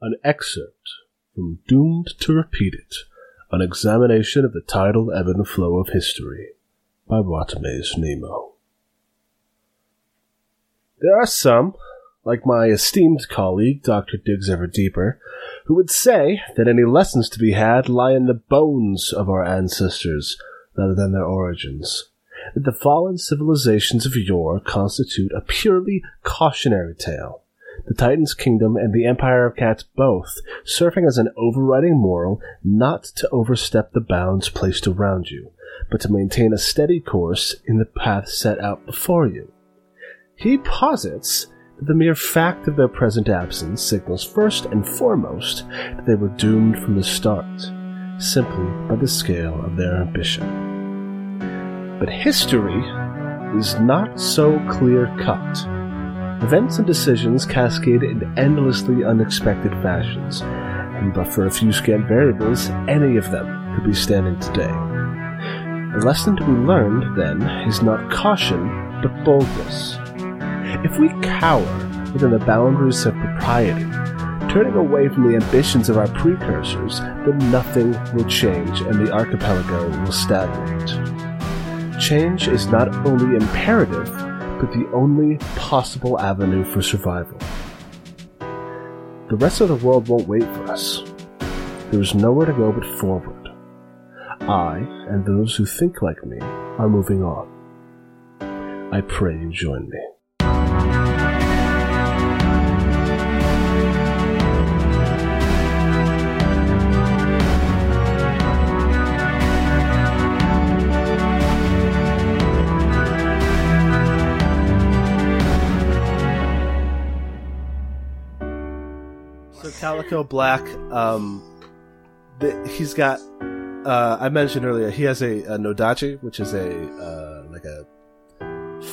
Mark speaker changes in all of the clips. Speaker 1: An excerpt from Doomed to Repeat It, an examination of the tidal ebb and flow of history by Bartimaeus Nemo. There are some, like my esteemed colleague, Dr. Diggs Everdeeper, who would say that any lessons to be had lie in the bones of our ancestors rather than their origins. That the fallen civilizations of yore constitute a purely cautionary tale. The Titan's kingdom and the Empire of Cats both, serving as an overriding moral not to overstep the bounds placed around you, but to maintain a steady course in the path set out before you. He posits the mere fact of their present absence signals first and foremost that they were doomed from the start, simply by the scale of their ambition. But history is not so clear cut. Events and decisions cascade in endlessly unexpected fashions, and but for a few scant variables, any of them could be standing today. The lesson to be learned, then, is not caution, but boldness. If we cower within the boundaries of propriety, turning away from the ambitions of our precursors, then nothing will change and the archipelago will stagnate. Change is not only imperative, but the only possible avenue for survival. The rest of the world won't wait for us. There is nowhere to go but forward. I, and those who think like me, are moving on. I pray you join me.
Speaker 2: Calico Black. Um, the, he's got. Uh, I mentioned earlier he has a, a nodachi, which is a uh, like a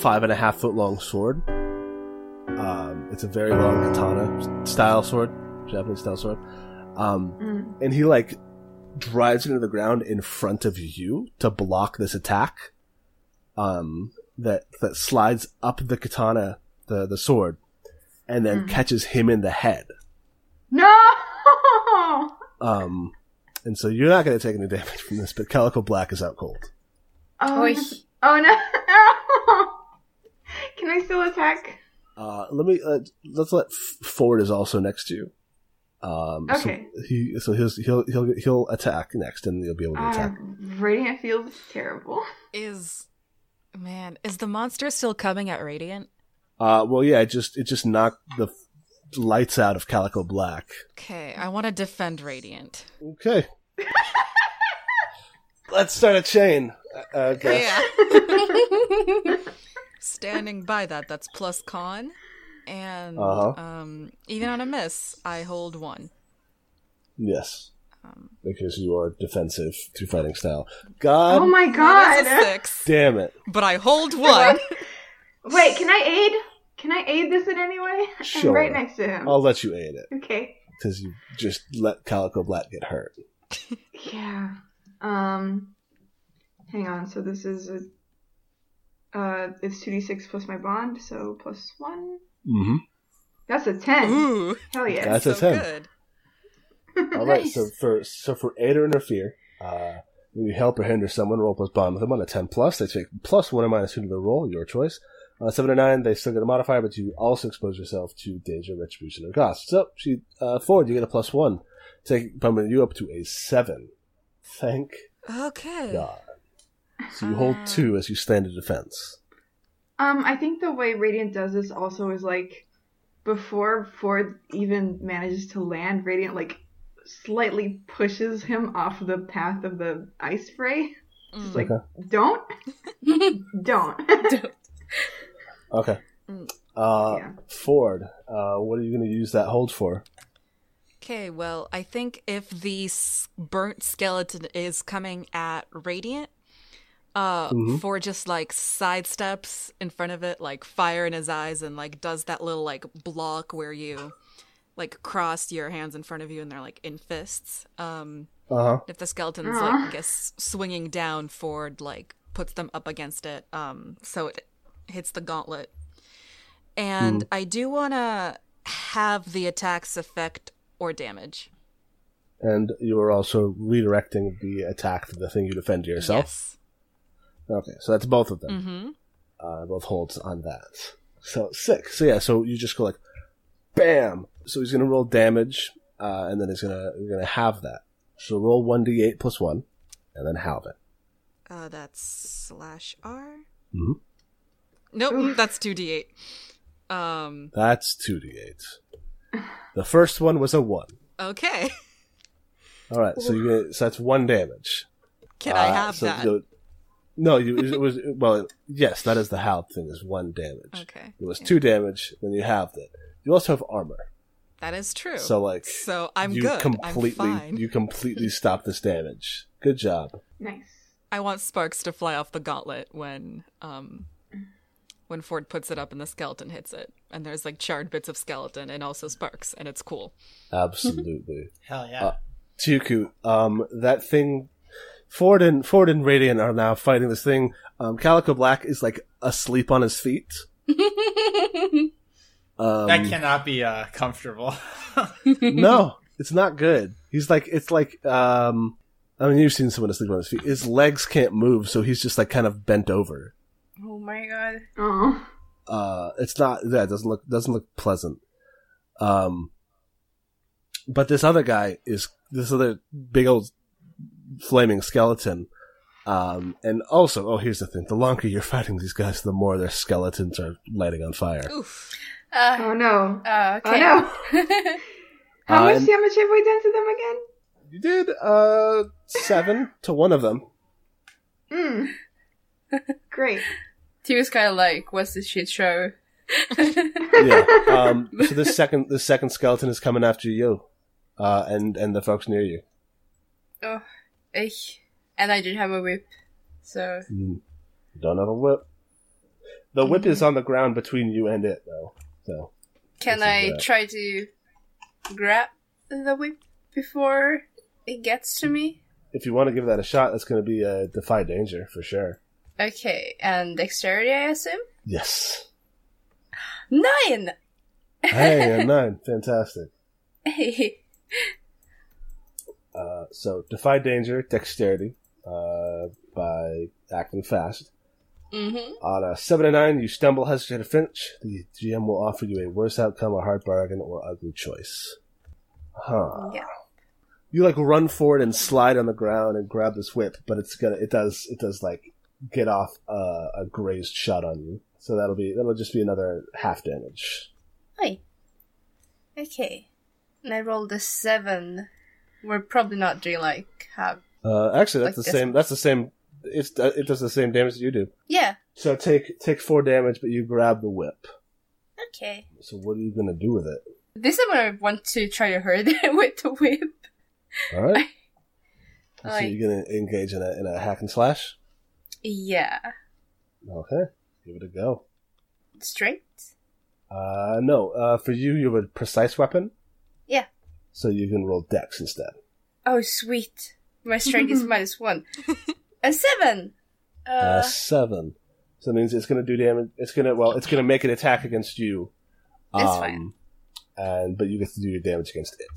Speaker 2: five and a half foot long sword. Um, it's a very long katana style sword, Japanese style sword. Um, mm. And he like drives it into the ground in front of you to block this attack. um, that that slides up the katana, the the sword, and then mm. catches him in the head.
Speaker 3: No.
Speaker 2: Um, and so you're not going to take any damage from this, but Calico Black is out cold.
Speaker 3: Oh, Oy. oh no! Can I still attack?
Speaker 2: Uh, let me. Uh, let's let Ford is also next to you. Um,
Speaker 3: okay.
Speaker 2: So he so he'll he'll he'll he'll attack next, and you'll be able to attack.
Speaker 3: Uh, Radiant feels terrible.
Speaker 4: Is man is the monster still coming at Radiant?
Speaker 2: Uh, well, yeah. It just it just knocked the lights out of Calico Black.
Speaker 4: Okay, I want to defend Radiant.
Speaker 2: Okay. Let's start a chain. Uh, okay.
Speaker 4: Yeah. Standing by that, that's plus con, and uh-huh. um, even on a miss, I hold one.
Speaker 2: Yes. Um, because you are defensive through fighting style. God.
Speaker 3: Oh my God.
Speaker 4: six.
Speaker 2: Damn it.
Speaker 4: But I hold one.
Speaker 3: Wait, can I aid? Can I aid this in any way? Sure. I'm right next to him.
Speaker 2: I'll let you aid it.
Speaker 3: Okay.
Speaker 2: Because you just let Calico Black get hurt.
Speaker 3: yeah. Um. Hang on. So this is a. Uh, it's two d six plus my bond, so plus one.
Speaker 2: Mm-hmm.
Speaker 3: That's a ten.
Speaker 4: Ooh.
Speaker 3: Hell yeah.
Speaker 2: Mm. That's so a ten. Good. All right. nice. So for so for aid or interfere, uh, when you help or hinder someone, roll plus bond with them on a ten plus. They take plus one or minus two to their roll. Your choice. Uh, seven or nine, they still get a modifier, but you also expose yourself to danger, retribution, or cost. So, she, uh, Ford, you get a plus one, take bumping you up to a seven. Thank
Speaker 4: okay.
Speaker 2: God. So you hold two as you stand in defense.
Speaker 3: Um, I think the way Radiant does this also is like before Ford even manages to land, Radiant like slightly pushes him off the path of the ice spray. Mm. Just like, okay. don't, don't, don't.
Speaker 2: Okay. Uh, yeah. Ford, uh, what are you going to use that hold for?
Speaker 4: Okay, well, I think if the burnt skeleton is coming at Radiant, uh, mm-hmm. Ford just like sidesteps in front of it, like fire in his eyes, and like does that little like block where you like cross your hands in front of you and they're like in fists. Um,
Speaker 2: uh-huh.
Speaker 4: If the skeleton's uh-huh. like, I guess, swinging down, Ford like puts them up against it. Um, so it hits the
Speaker 1: Hmm.
Speaker 4: gauntlet. And mm. I do want to have the attacks affect or damage.
Speaker 1: And you are also redirecting the attack to the thing you defend yourself.
Speaker 4: Yes.
Speaker 1: Okay, so that's both of them.
Speaker 4: Mm-hmm.
Speaker 1: uh, both holds on that. So six. So yeah. So you just go like, bam. So he's gonna roll damage, uh, and then he's gonna he's gonna halve that. So roll one d8 plus one, and then halve it.
Speaker 4: Uh, that's slash R.
Speaker 1: Mhm.
Speaker 4: Nope, mm, that's two d eight. Um.
Speaker 1: That's two d8. The first one was a one.
Speaker 4: Okay.
Speaker 1: All right. So you get, so that's one damage.
Speaker 4: Can I
Speaker 1: Uh,
Speaker 4: have
Speaker 1: so
Speaker 4: that?
Speaker 1: you- no, you, it was well. Yes, that is the halved thing. Is one damage.
Speaker 4: okay.
Speaker 1: It was
Speaker 4: Yeah.
Speaker 1: two damage. Then you halved it. You also have armor,
Speaker 4: That is true.
Speaker 1: so like
Speaker 4: So I'm
Speaker 1: you
Speaker 4: good.
Speaker 1: completely
Speaker 4: I'm fine.
Speaker 1: you completely stop this damage. Good job.
Speaker 3: Nice.
Speaker 4: I want sparks to fly off the gauntlet when um when Ford puts it up and the skeleton hits it. And there's like charred bits of skeleton and also sparks and it's cool.
Speaker 1: Absolutely.
Speaker 5: Hell yeah.
Speaker 1: Uh, Tuku, um that thing Ford and Ford and Radiant are now fighting this thing. Um Calico Black is like asleep on his feet. Um,
Speaker 5: that cannot be uh, comfortable.
Speaker 1: no, it's not good. He's like it's like um I mean you've seen someone asleep on his feet. His legs can't move, so he's just like kind of bent over.
Speaker 6: Oh my god.
Speaker 3: Oh,
Speaker 1: uh it's not that doesn't look doesn't look pleasant um but this other guy is this other big old flaming skeleton um and also oh here's the thing the longer you're fighting these guys the more their skeletons are lighting on fire
Speaker 4: Oof.
Speaker 6: Uh,
Speaker 3: oh no!
Speaker 6: uh,
Speaker 3: Oh
Speaker 6: okay.
Speaker 3: no! How
Speaker 1: I'm-
Speaker 3: much damage have we done to
Speaker 1: you did uh seven to one of them
Speaker 3: them again? Mm. Great.
Speaker 6: he was kind of like, what's this shit show?
Speaker 1: yeah um so this second this second skeleton is coming after you uh and and the folks near you
Speaker 6: Eh. And I didn't have a whip, so.
Speaker 1: Mm. don't have a whip the whip is on the ground between you and it though so
Speaker 6: Can
Speaker 1: This is
Speaker 6: I
Speaker 1: that.
Speaker 6: try to grab the whip before it gets to me?
Speaker 1: if you want to give that a shot, that's going to be a defy danger for sure.
Speaker 6: Okay, and dexterity, I assume?
Speaker 1: Yes.
Speaker 6: Nine!
Speaker 1: Hey, a nine, fantastic.
Speaker 6: okay,
Speaker 1: Uh, so defy danger, dexterity, uh, by acting fast.
Speaker 6: Mhm.
Speaker 1: On a seven and nine, you stumble, hesitate, or flinch. The GM will offer you a worse outcome, a hard bargain, or ugly choice. Huh.
Speaker 6: Yeah.
Speaker 1: You like run forward and slide on the ground and grab this whip, but it's gonna, it does, it does like get off uh, a grazed shot on you. So that'll be, that'll just be another half damage.
Speaker 6: and I rolled a seven. We're probably not doing like have.
Speaker 1: Uh, actually, that's
Speaker 6: Like
Speaker 1: the
Speaker 6: this
Speaker 1: same. That's the same. It's uh, it does the same damage that you do.
Speaker 6: Yeah,
Speaker 1: So take take four damage, but you grab the whip.
Speaker 6: okay.
Speaker 1: So what are you gonna do with it?
Speaker 6: This time I want to try to hurt it with the whip.
Speaker 1: All right. so
Speaker 6: Like-
Speaker 1: you're gonna engage in a in a hack and slash.
Speaker 6: Yeah.
Speaker 1: Okay, give it a go.
Speaker 6: Straight?
Speaker 1: Uh, no. Uh, for you, you have a precise weapon.
Speaker 6: Yeah.
Speaker 1: So you can roll dex instead.
Speaker 6: Oh, sweet. My strength is minus one. A seven! Uh,
Speaker 1: Uh, seven. So that means it's gonna do damage. It's gonna well, it's gonna make an attack against you. um,
Speaker 6: It's fine.
Speaker 1: And but you get to do your damage against it.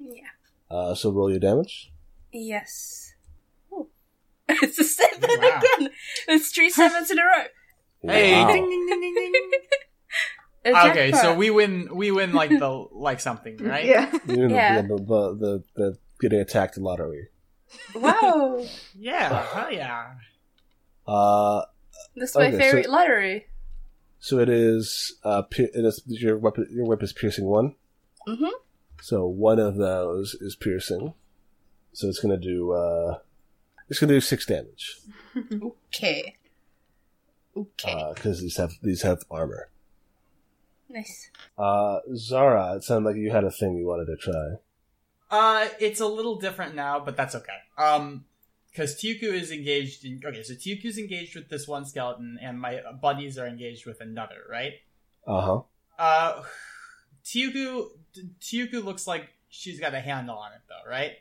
Speaker 6: yeah.
Speaker 1: Uh, so roll your damage.
Speaker 6: Yes. Ooh. it's a seven
Speaker 5: Wow.
Speaker 6: again! It's three sevens in a row!
Speaker 5: Hey,
Speaker 1: Wow.
Speaker 5: ding, ding, ding, ding, ding, ding.
Speaker 6: A
Speaker 5: okay, so
Speaker 6: jackpot.
Speaker 5: we win. We win like the like something, right?
Speaker 3: Yeah.
Speaker 1: You know,
Speaker 6: Yeah.
Speaker 1: the, the, the, the getting attacked lottery.
Speaker 6: Wow!
Speaker 5: Yeah. Hell yeah.
Speaker 1: Uh,
Speaker 6: That's my
Speaker 1: Okay, so-
Speaker 6: favorite lottery.
Speaker 1: so it is. Uh, pi- it is your weapon. Your whip is piercing one.
Speaker 6: Mhm.
Speaker 1: So one of those is piercing. So it's gonna do. Uh, it's gonna do six damage
Speaker 5: Mm-hmm.
Speaker 6: Okay. Okay.
Speaker 5: Uh,
Speaker 1: because uh, these have these have armor.
Speaker 6: nice.
Speaker 1: Uh, Zara, it sounded like you had a thing you wanted to try.
Speaker 5: Uh, it's a little different now, but that's okay. Um, because Tyuku is engaged in. Okay, so Tyuku's engaged with this one skeleton, and my buddies are engaged with another, right?
Speaker 1: Uh huh.
Speaker 5: Uh, Tyuku. Tyuku looks like she's got a handle on it, though, right?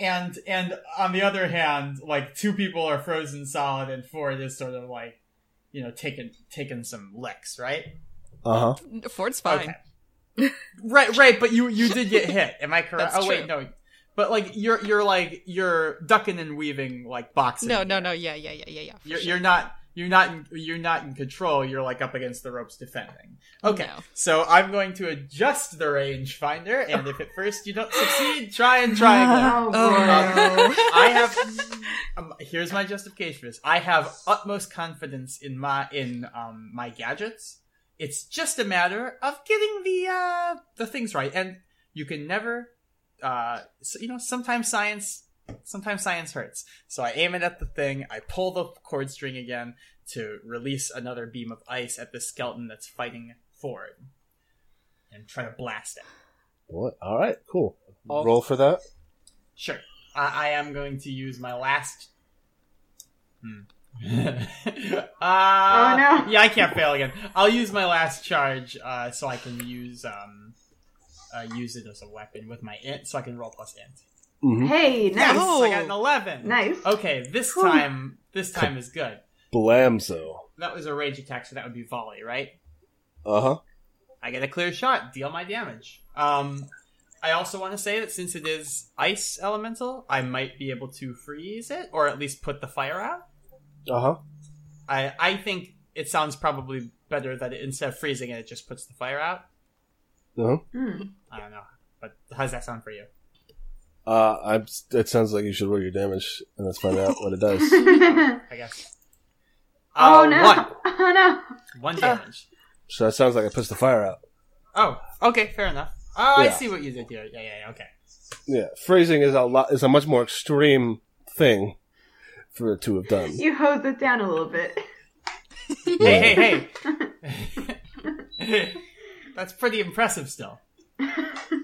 Speaker 5: And and on the other hand, like two people are frozen solid, and four is sort of like, you know, taking taking some licks, right?
Speaker 1: Uh huh.
Speaker 4: Ford's fine.
Speaker 5: Right, right, but you you did get hit. Am I correct?
Speaker 4: That's
Speaker 5: oh wait,
Speaker 4: true.
Speaker 5: no. But like you're you're like you're ducking and weaving like boxing.
Speaker 4: No, no, no. Yeah, yeah, yeah, yeah, yeah. for
Speaker 5: You're,
Speaker 4: sure.
Speaker 5: you're not you're not in, you're not in control. You're like up against the ropes defending. Okay,
Speaker 4: No.
Speaker 5: so I'm going to adjust the range finder, and if at first you don't succeed, try and try again.
Speaker 3: Oh,
Speaker 4: Oh,
Speaker 3: boy.
Speaker 5: I have. Um, here's my justification for this. I have utmost confidence in my in um my gadgets. It's just a matter of getting the uh the things right, and you can never, uh, so, you know, sometimes science, sometimes science hurts. So I aim it at the thing. I pull the cord string again to release another beam of ice at the skeleton that's fighting for it, and try to blast it.
Speaker 7: What? All right, cool.
Speaker 1: Roll for that.
Speaker 5: Sure. I, I am going to use my last. Hmm. uh,
Speaker 3: Oh, no.
Speaker 5: Yeah, I can't fail again. I'll use my last charge uh, so I can use um, uh, use it as a weapon with my int, so I can roll plus int.
Speaker 7: Mm-hmm.
Speaker 3: Hey, nice.
Speaker 5: Yes, I got an eleven.
Speaker 3: Nice.
Speaker 5: Okay, this
Speaker 3: Whew.
Speaker 5: time this time is good.
Speaker 7: Blamzo.
Speaker 5: That was a rage attack, so that would be volley, right?
Speaker 1: Uh huh.
Speaker 5: I get a clear shot, deal my damage. Um, I also want to say that since it is ice elemental, I might be able to freeze it or at least put the fire out.
Speaker 1: Uh huh.
Speaker 5: I I think it sounds probably better that it, instead of freezing it, it just puts the fire out.
Speaker 1: Uh-huh.
Speaker 3: Hmm.
Speaker 5: I don't know, but how does that sound for you?
Speaker 1: Uh, I'm, it sounds like you should roll your damage, and let's find out what it does.
Speaker 5: I guess.
Speaker 3: oh,
Speaker 5: Uh,
Speaker 3: no.
Speaker 5: One,
Speaker 3: Oh, no.
Speaker 5: one damage.
Speaker 1: So that sounds like it puts the fire out.
Speaker 5: oh, okay, fair enough. Oh, I
Speaker 1: Yeah.
Speaker 5: see what you did here. Yeah, yeah, yeah. Okay.
Speaker 1: Yeah, phrasing is a lot is a much more extreme thing for it to have done.
Speaker 3: You hosed it down a little bit.
Speaker 5: Hey, hey, hey. That's pretty impressive, still.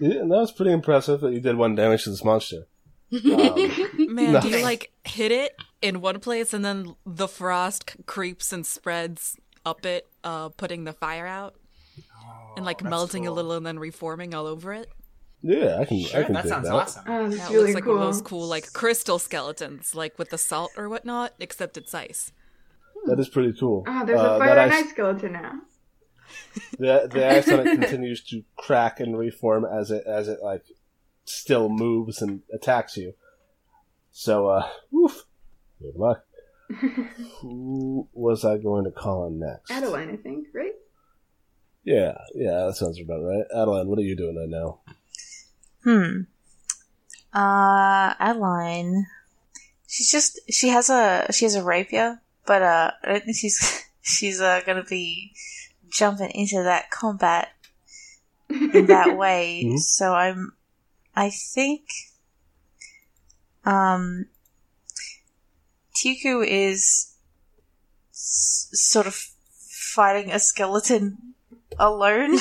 Speaker 1: Yeah, and that was pretty impressive that you did one damage to this monster. Um,
Speaker 4: Man, do you
Speaker 5: Nothing.
Speaker 4: like hit it in one place and then the frost c- creeps and spreads up it, uh, putting the fire out and like
Speaker 5: Oh, that's
Speaker 4: melting a
Speaker 5: cool.
Speaker 4: little and then reforming all over it?
Speaker 1: yeah, I can.
Speaker 5: Sure,
Speaker 1: I can
Speaker 5: that
Speaker 1: dig
Speaker 5: sounds
Speaker 1: that.
Speaker 5: awesome.
Speaker 3: Oh, that's
Speaker 4: That
Speaker 3: really
Speaker 4: looks like
Speaker 3: cool.
Speaker 4: one of those cool like crystal skeletons, like with the salt or whatnot, except it's ice.
Speaker 1: That is pretty cool.
Speaker 3: Oh, there's
Speaker 1: Uh,
Speaker 3: a fire
Speaker 1: that
Speaker 3: and
Speaker 1: ice-
Speaker 3: ice skeleton now.
Speaker 1: The, the ice on it continues to crack and reform as it as it like still moves and attacks you. So, uh, woof. Good luck. Who was I going to call on next?
Speaker 3: Adeline, I think, right?
Speaker 1: Yeah, yeah, that sounds about right. Adeline, what are you doing right now?
Speaker 8: Hmm. Uh, Adeline. She's just she has a she has a rapier, but uh, I don't think she's she's uh, gonna be jumping into that combat in that way.
Speaker 1: Mhm.
Speaker 8: So I'm, I think, um, Tiku is s- sort of fighting a skeleton alone.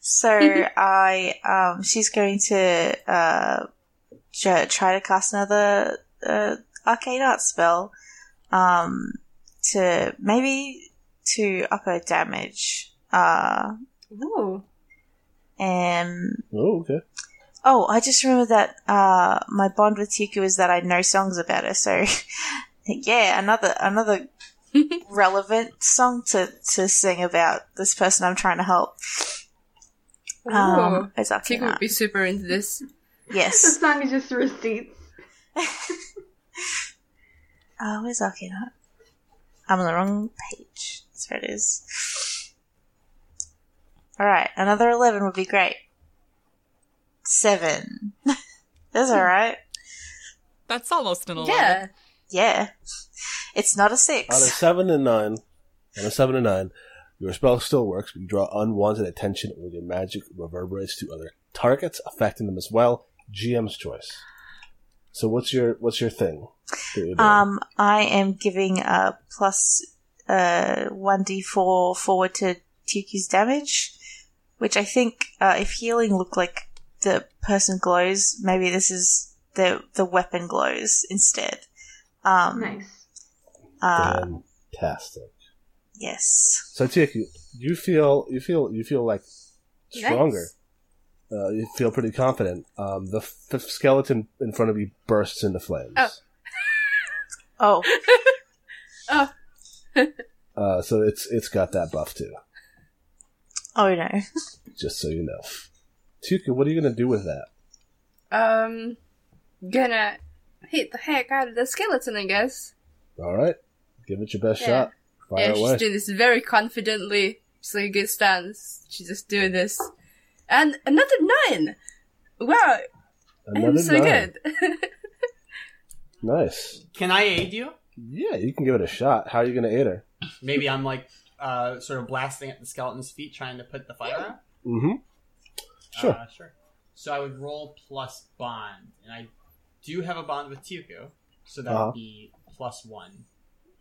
Speaker 8: so I, um, she's going to uh, tr- try to cast another uh, arcane art spell, um, to maybe to up her damage. Uh,
Speaker 6: Ooh.
Speaker 8: and
Speaker 1: Oh, okay.
Speaker 8: Oh, I just remember that uh, my bond with Tiku is that I know songs about her. So, yeah, another another relevant song to, to sing about this person I'm trying to help. Um, it's
Speaker 6: Tiku would
Speaker 8: Akina.
Speaker 6: be super into this.
Speaker 3: The
Speaker 8: Yes.
Speaker 3: song is just receipts.
Speaker 8: Oh, where's Akina? I'm on the wrong page. That's where it is. All right, another eleven would be great. Seven. That's all right.
Speaker 4: That's almost an eleven.
Speaker 6: Yeah.
Speaker 8: Yeah, it's not a six.
Speaker 1: On a seven and nine, on a seven and nine, your spell still works, but you draw unwanted attention when your magic reverberates to other targets, affecting them as well. GM's choice. So what's your what's your thing? that you're doing?
Speaker 8: Um, I am giving a plus uh one d four forward to Tuku's damage, which I think uh, if healing looked like the person glows, maybe this is the the weapon glows instead. Um,
Speaker 3: Nice.
Speaker 8: uh,
Speaker 1: Um, Fantastic.
Speaker 8: yes.
Speaker 1: So Tiak, you, you feel you feel you feel like stronger. Uh, you feel pretty confident. Um, the, f- the skeleton in front of you bursts into flames.
Speaker 6: Oh.
Speaker 8: Oh,
Speaker 1: Uh, so it's it's got that buff too.
Speaker 8: oh no.
Speaker 1: just so you know. Tuka, what are you going to do with that?
Speaker 6: Um, gonna hit the heck out of the skeleton, I guess.
Speaker 1: All right. Give it your best
Speaker 6: Yeah.
Speaker 1: shot. Fire
Speaker 6: yeah,
Speaker 1: away.
Speaker 6: she's doing this very confidently. She's like a good stance. She's just doing this. And another nine! Wow, I'm so
Speaker 1: nine.
Speaker 6: good.
Speaker 1: Nice.
Speaker 5: Can I aid you?
Speaker 1: Yeah, you can give it a shot. How are you going to aid her?
Speaker 5: Maybe I'm like uh, sort of blasting at the skeleton's feet, trying to put the fire out.
Speaker 1: Mm-hmm. Sure.
Speaker 5: Uh, sure. So I would roll plus bond, and I do have a bond with Tuku, so that
Speaker 1: Uh-huh.
Speaker 5: would be plus one.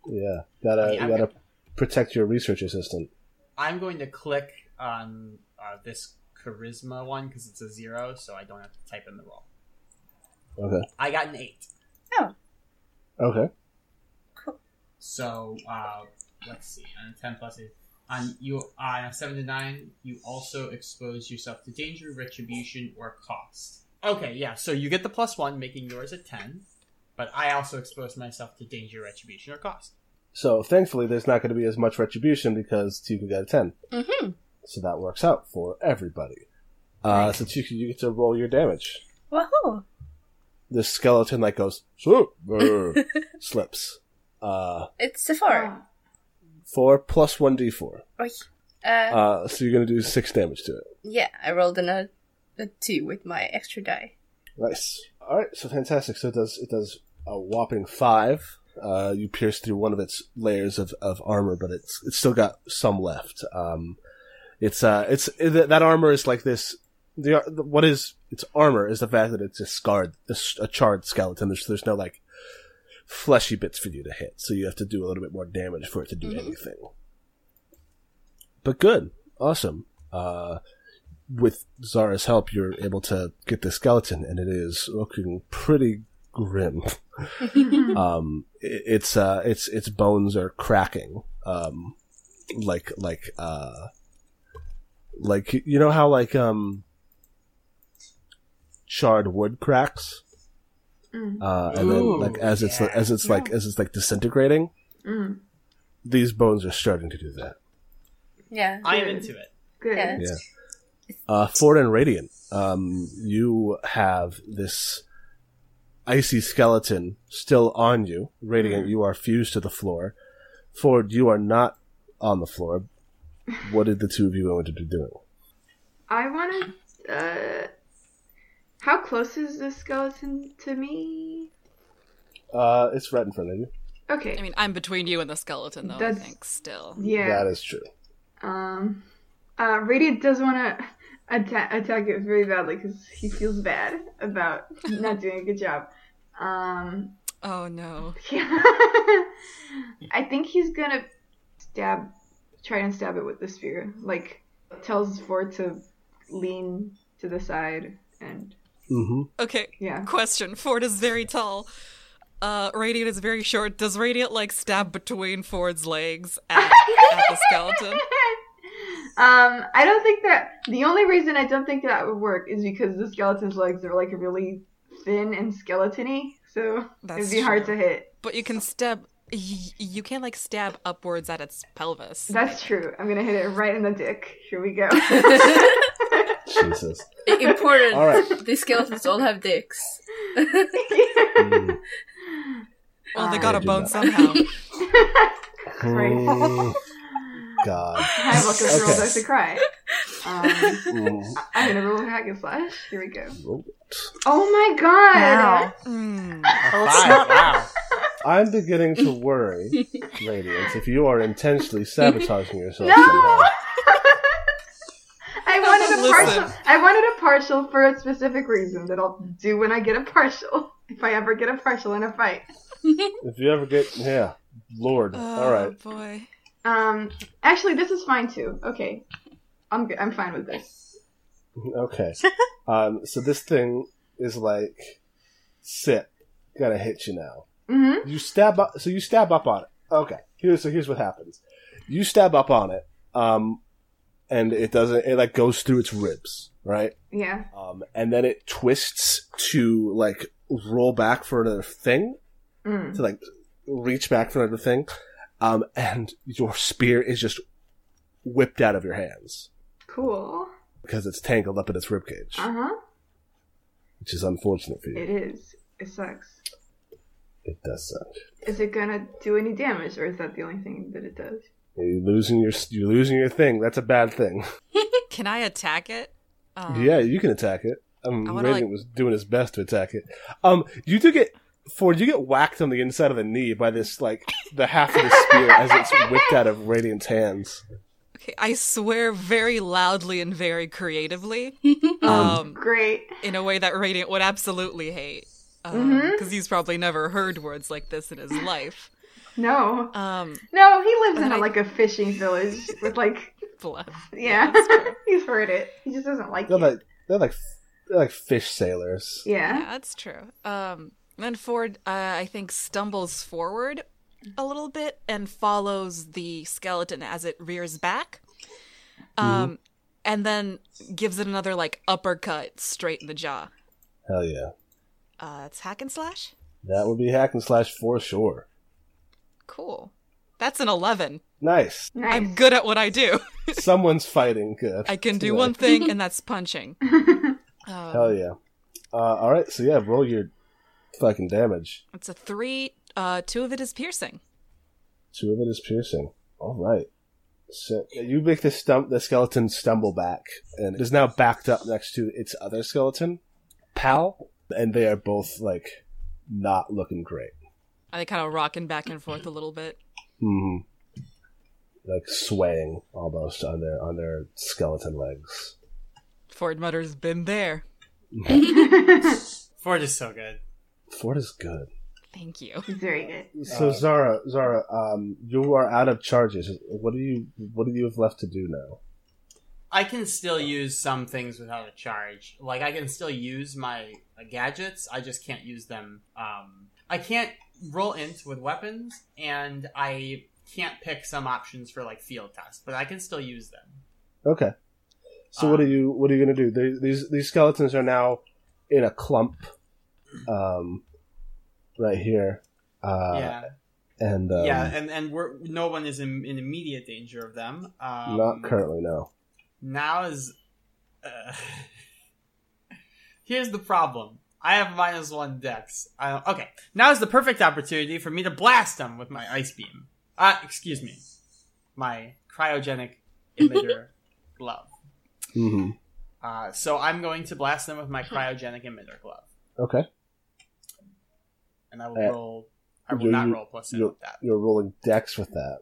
Speaker 1: yeah. Gotta,
Speaker 5: Yeah,
Speaker 1: you gotta
Speaker 5: okay.
Speaker 1: protect your research assistant.
Speaker 5: I'm going to click on uh, this charisma one because it's a zero, so I don't have to type in the roll.
Speaker 1: Okay.
Speaker 5: I got an eight.
Speaker 1: Okay.
Speaker 5: So uh, let's see. On a ten plus eight, on you on a seven to nine, you also expose yourself to danger, retribution, or cost. Okay, yeah. So you get the plus one, making yours a ten. But I also expose myself to danger, retribution, or cost.
Speaker 1: So thankfully, there's not going to be as much retribution because Tuka got a 10.
Speaker 6: mm-hmm.
Speaker 1: So that works out for everybody. Uh, so Tuka, you get to roll your damage.
Speaker 6: Woohoo!
Speaker 1: This skeleton that goes, "Swoop," brr, slips. Uh,
Speaker 6: It's Sephora.
Speaker 1: four plus one d4.
Speaker 6: Oi. Uh,
Speaker 1: Uh, so you're going to do six damage to it.
Speaker 6: yeah, I rolled an, a, a two with my extra die.
Speaker 1: Nice. All right, so fantastic. So it does it does a whopping five. Uh, you pierce through one of its layers of, of armor, but it's it's still got some left. Um, it's uh, it's th- that armor is like this. The ar- the- what is its armor is the fact that it's a scarred, a, s- a charred skeleton. There's there's no like fleshy bits for you to hit, so you have to do a little bit more damage for it to do anything. But good, awesome. Uh, with Zara's help, you're able to get the skeleton, and it is looking pretty grim.
Speaker 3: Oh.
Speaker 1: um, i- its uh, its its bones are cracking, um, like like uh, like you know how like um, charred wood cracks,
Speaker 3: Mm.
Speaker 1: uh, and then
Speaker 5: Ooh,
Speaker 1: like as it's
Speaker 5: yeah.
Speaker 1: as it's like as it's like disintegrating,
Speaker 3: Mm.
Speaker 1: these bones are starting to do that.
Speaker 6: Yeah.
Speaker 5: I am into it.
Speaker 3: Good.
Speaker 6: Yeah.
Speaker 1: Yeah. Uh, Ford and Radiant, um, you have this icy skeleton still on you. Radiant, you are fused to the floor. Ford, you are not on the floor. What did the two of you go into doing?
Speaker 3: I want to. Uh, how close is this skeleton to me?
Speaker 1: Uh, it's right in front of you.
Speaker 3: Okay.
Speaker 4: I mean, I'm between you and the skeleton, though.
Speaker 3: That's-
Speaker 4: I think still.
Speaker 3: yeah.
Speaker 1: That is true.
Speaker 3: Um, uh, Radiant does want to atta- attack it very badly because he feels bad about not doing a good job. Um,
Speaker 4: Oh no.
Speaker 3: I think he's gonna stab, try and stab it with the spear. Like, tells Ford to lean to the side and
Speaker 1: hmm
Speaker 4: Okay.
Speaker 3: yeah.
Speaker 4: Question: Ford is very tall. Uh, Radiant is very short. Does Radiant like stab between Ford's legs at, at the skeleton?
Speaker 3: Um, I don't think that the only reason I don't think that would work is because the skeleton's legs are like really thin and skeletony, so
Speaker 4: That's
Speaker 3: it'd be hard to
Speaker 4: true.
Speaker 3: hit.
Speaker 4: But you can stab. y- You can like stab upwards at its pelvis.
Speaker 3: That's true. I'm gonna hit it right in the dick. Here we go.
Speaker 1: Jesus.
Speaker 6: Important.
Speaker 1: All right.
Speaker 6: These skeletons all have dicks.
Speaker 1: Mm.
Speaker 4: Oh, they
Speaker 3: Uh,
Speaker 4: got
Speaker 1: Yeah,
Speaker 4: a
Speaker 1: do
Speaker 4: bone
Speaker 1: that.
Speaker 4: somehow.
Speaker 1: Mm, God.
Speaker 3: I will control
Speaker 1: Okay.
Speaker 3: those to cry. Um,
Speaker 1: Mm.
Speaker 3: I'm gonna roll hack and slash. Here we go.
Speaker 1: Oh.
Speaker 3: Oh my god!
Speaker 8: Wow.
Speaker 4: Mm.
Speaker 5: A
Speaker 8: it's
Speaker 5: five,
Speaker 8: not-
Speaker 5: Wow.
Speaker 1: I'm beginning to worry, Radiant, if you are intentionally sabotaging yourself
Speaker 3: No!
Speaker 1: somehow.
Speaker 3: I wanted a
Speaker 4: Listen.
Speaker 3: partial. I wanted a partial for a specific reason that I'll do when I get a partial. If I ever get a partial in a fight.
Speaker 1: If you ever get, yeah, Lord.
Speaker 4: Oh,
Speaker 1: All right.
Speaker 4: boy.
Speaker 3: Um, actually, this is fine too. Okay, I'm good. I'm fine with this.
Speaker 1: Okay. um, so this thing is like, sit. Gotta hit you now.
Speaker 3: Mm-hmm.
Speaker 1: You stab up. So you stab up on it. Okay. Here's so here's what happens. You stab up on it. Um, and it doesn't. It like goes through its ribs, right?
Speaker 3: Yeah.
Speaker 1: Um, and then it twists to like roll back for another thing,
Speaker 3: Mm.
Speaker 1: to like reach back for another thing, um, and your spear is just whipped out of your hands.
Speaker 3: Cool.
Speaker 1: because it's tangled up in its ribcage,
Speaker 4: Ah.
Speaker 3: Uh huh.
Speaker 1: which is unfortunate for you.
Speaker 3: It is. It sucks.
Speaker 1: It does suck.
Speaker 3: Is it gonna do any damage, or is that the only thing that it does?
Speaker 1: You're losing your you're losing your thing. That's a bad thing.
Speaker 4: Can I attack it? Um,
Speaker 1: yeah, you can attack it. Um,
Speaker 4: I wanna,
Speaker 1: Radiant
Speaker 4: like-
Speaker 1: was doing his best to attack it. Um, you do get Ford. You get whacked on the inside of the knee by this like the half of the spear as it's whipped out of Radiant's hands.
Speaker 4: Okay, I swear very loudly and very creatively,
Speaker 3: Um,
Speaker 4: um,
Speaker 3: Great.
Speaker 4: in a way that Radiant would absolutely hate, because
Speaker 3: Mm-hmm.
Speaker 4: he's probably never heard words like this in his life.
Speaker 3: No.
Speaker 4: Um,
Speaker 3: No, he lives in
Speaker 4: But
Speaker 3: a,
Speaker 4: I-
Speaker 3: like a fishing village with like
Speaker 4: blood.
Speaker 3: yeah. He's heard it. He just doesn't like
Speaker 1: They're
Speaker 3: it.
Speaker 1: like they're like they're like fish sailors.
Speaker 4: Yeah,
Speaker 3: Yeah.
Speaker 4: that's true. Um, then Ford, uh, I think, stumbles forward a little bit and follows the skeleton as it rears back. Um, and then gives it another like uppercut straight in the jaw.
Speaker 1: Hell yeah,
Speaker 4: Uh, it's hack and slash.
Speaker 1: that would be hack and slash for sure.
Speaker 4: Cool. That's an 11.
Speaker 1: Nice.
Speaker 3: Nice.
Speaker 4: I'm good at what I do.
Speaker 1: Someone's fighting. Good.
Speaker 4: I can do
Speaker 1: Yeah.
Speaker 4: one thing, and that's punching. Um,
Speaker 1: Hell yeah. Uh, all right. So yeah, roll your fucking damage.
Speaker 4: It's a three. Uh, two of it is piercing.
Speaker 1: Two of it is piercing. All right. So you make the stump, the skeleton stumble back, and it is now backed up next to its other skeleton, pal, and they are both like not looking great.
Speaker 4: I kind of rocking back and forth a little bit.
Speaker 1: hmm Like swaying almost on their on their skeleton legs.
Speaker 4: Ford mutters, "Been there."
Speaker 5: Ford is so good.
Speaker 1: Ford is good.
Speaker 4: Thank you.
Speaker 3: He's very good.
Speaker 1: So
Speaker 5: Uh,
Speaker 1: Zara, Zara, um, you are out of charges. What do you what do you have left to do now?
Speaker 5: I can still use some things without a charge. Like I can still use my uh, gadgets. I just can't use them. Um, I can't roll int with weapons, and I can't pick some options for like field tests. But I can still use them.
Speaker 1: Okay. So what
Speaker 5: Uh,
Speaker 1: are you what are you going to do? They, these these skeletons are now in a clump, um, right here, uh,
Speaker 5: yeah,
Speaker 1: and um,
Speaker 5: yeah, and and we're no one is in, in immediate danger of them. Um,
Speaker 1: not currently no.
Speaker 5: Now is. Uh, here's the problem. I have minus one dex. I, okay, now is the perfect opportunity for me to blast them with my ice beam. Uh, excuse me, my cryogenic emitter glove.
Speaker 1: hmm
Speaker 5: Uh, so I'm going to blast them with my cryogenic emitter glove,
Speaker 1: Okay,
Speaker 5: and I will
Speaker 1: Uh,
Speaker 5: roll. I will
Speaker 1: you-
Speaker 5: not
Speaker 1: you-
Speaker 5: roll plus in
Speaker 1: you-
Speaker 5: with that.
Speaker 1: you're rolling decks with that.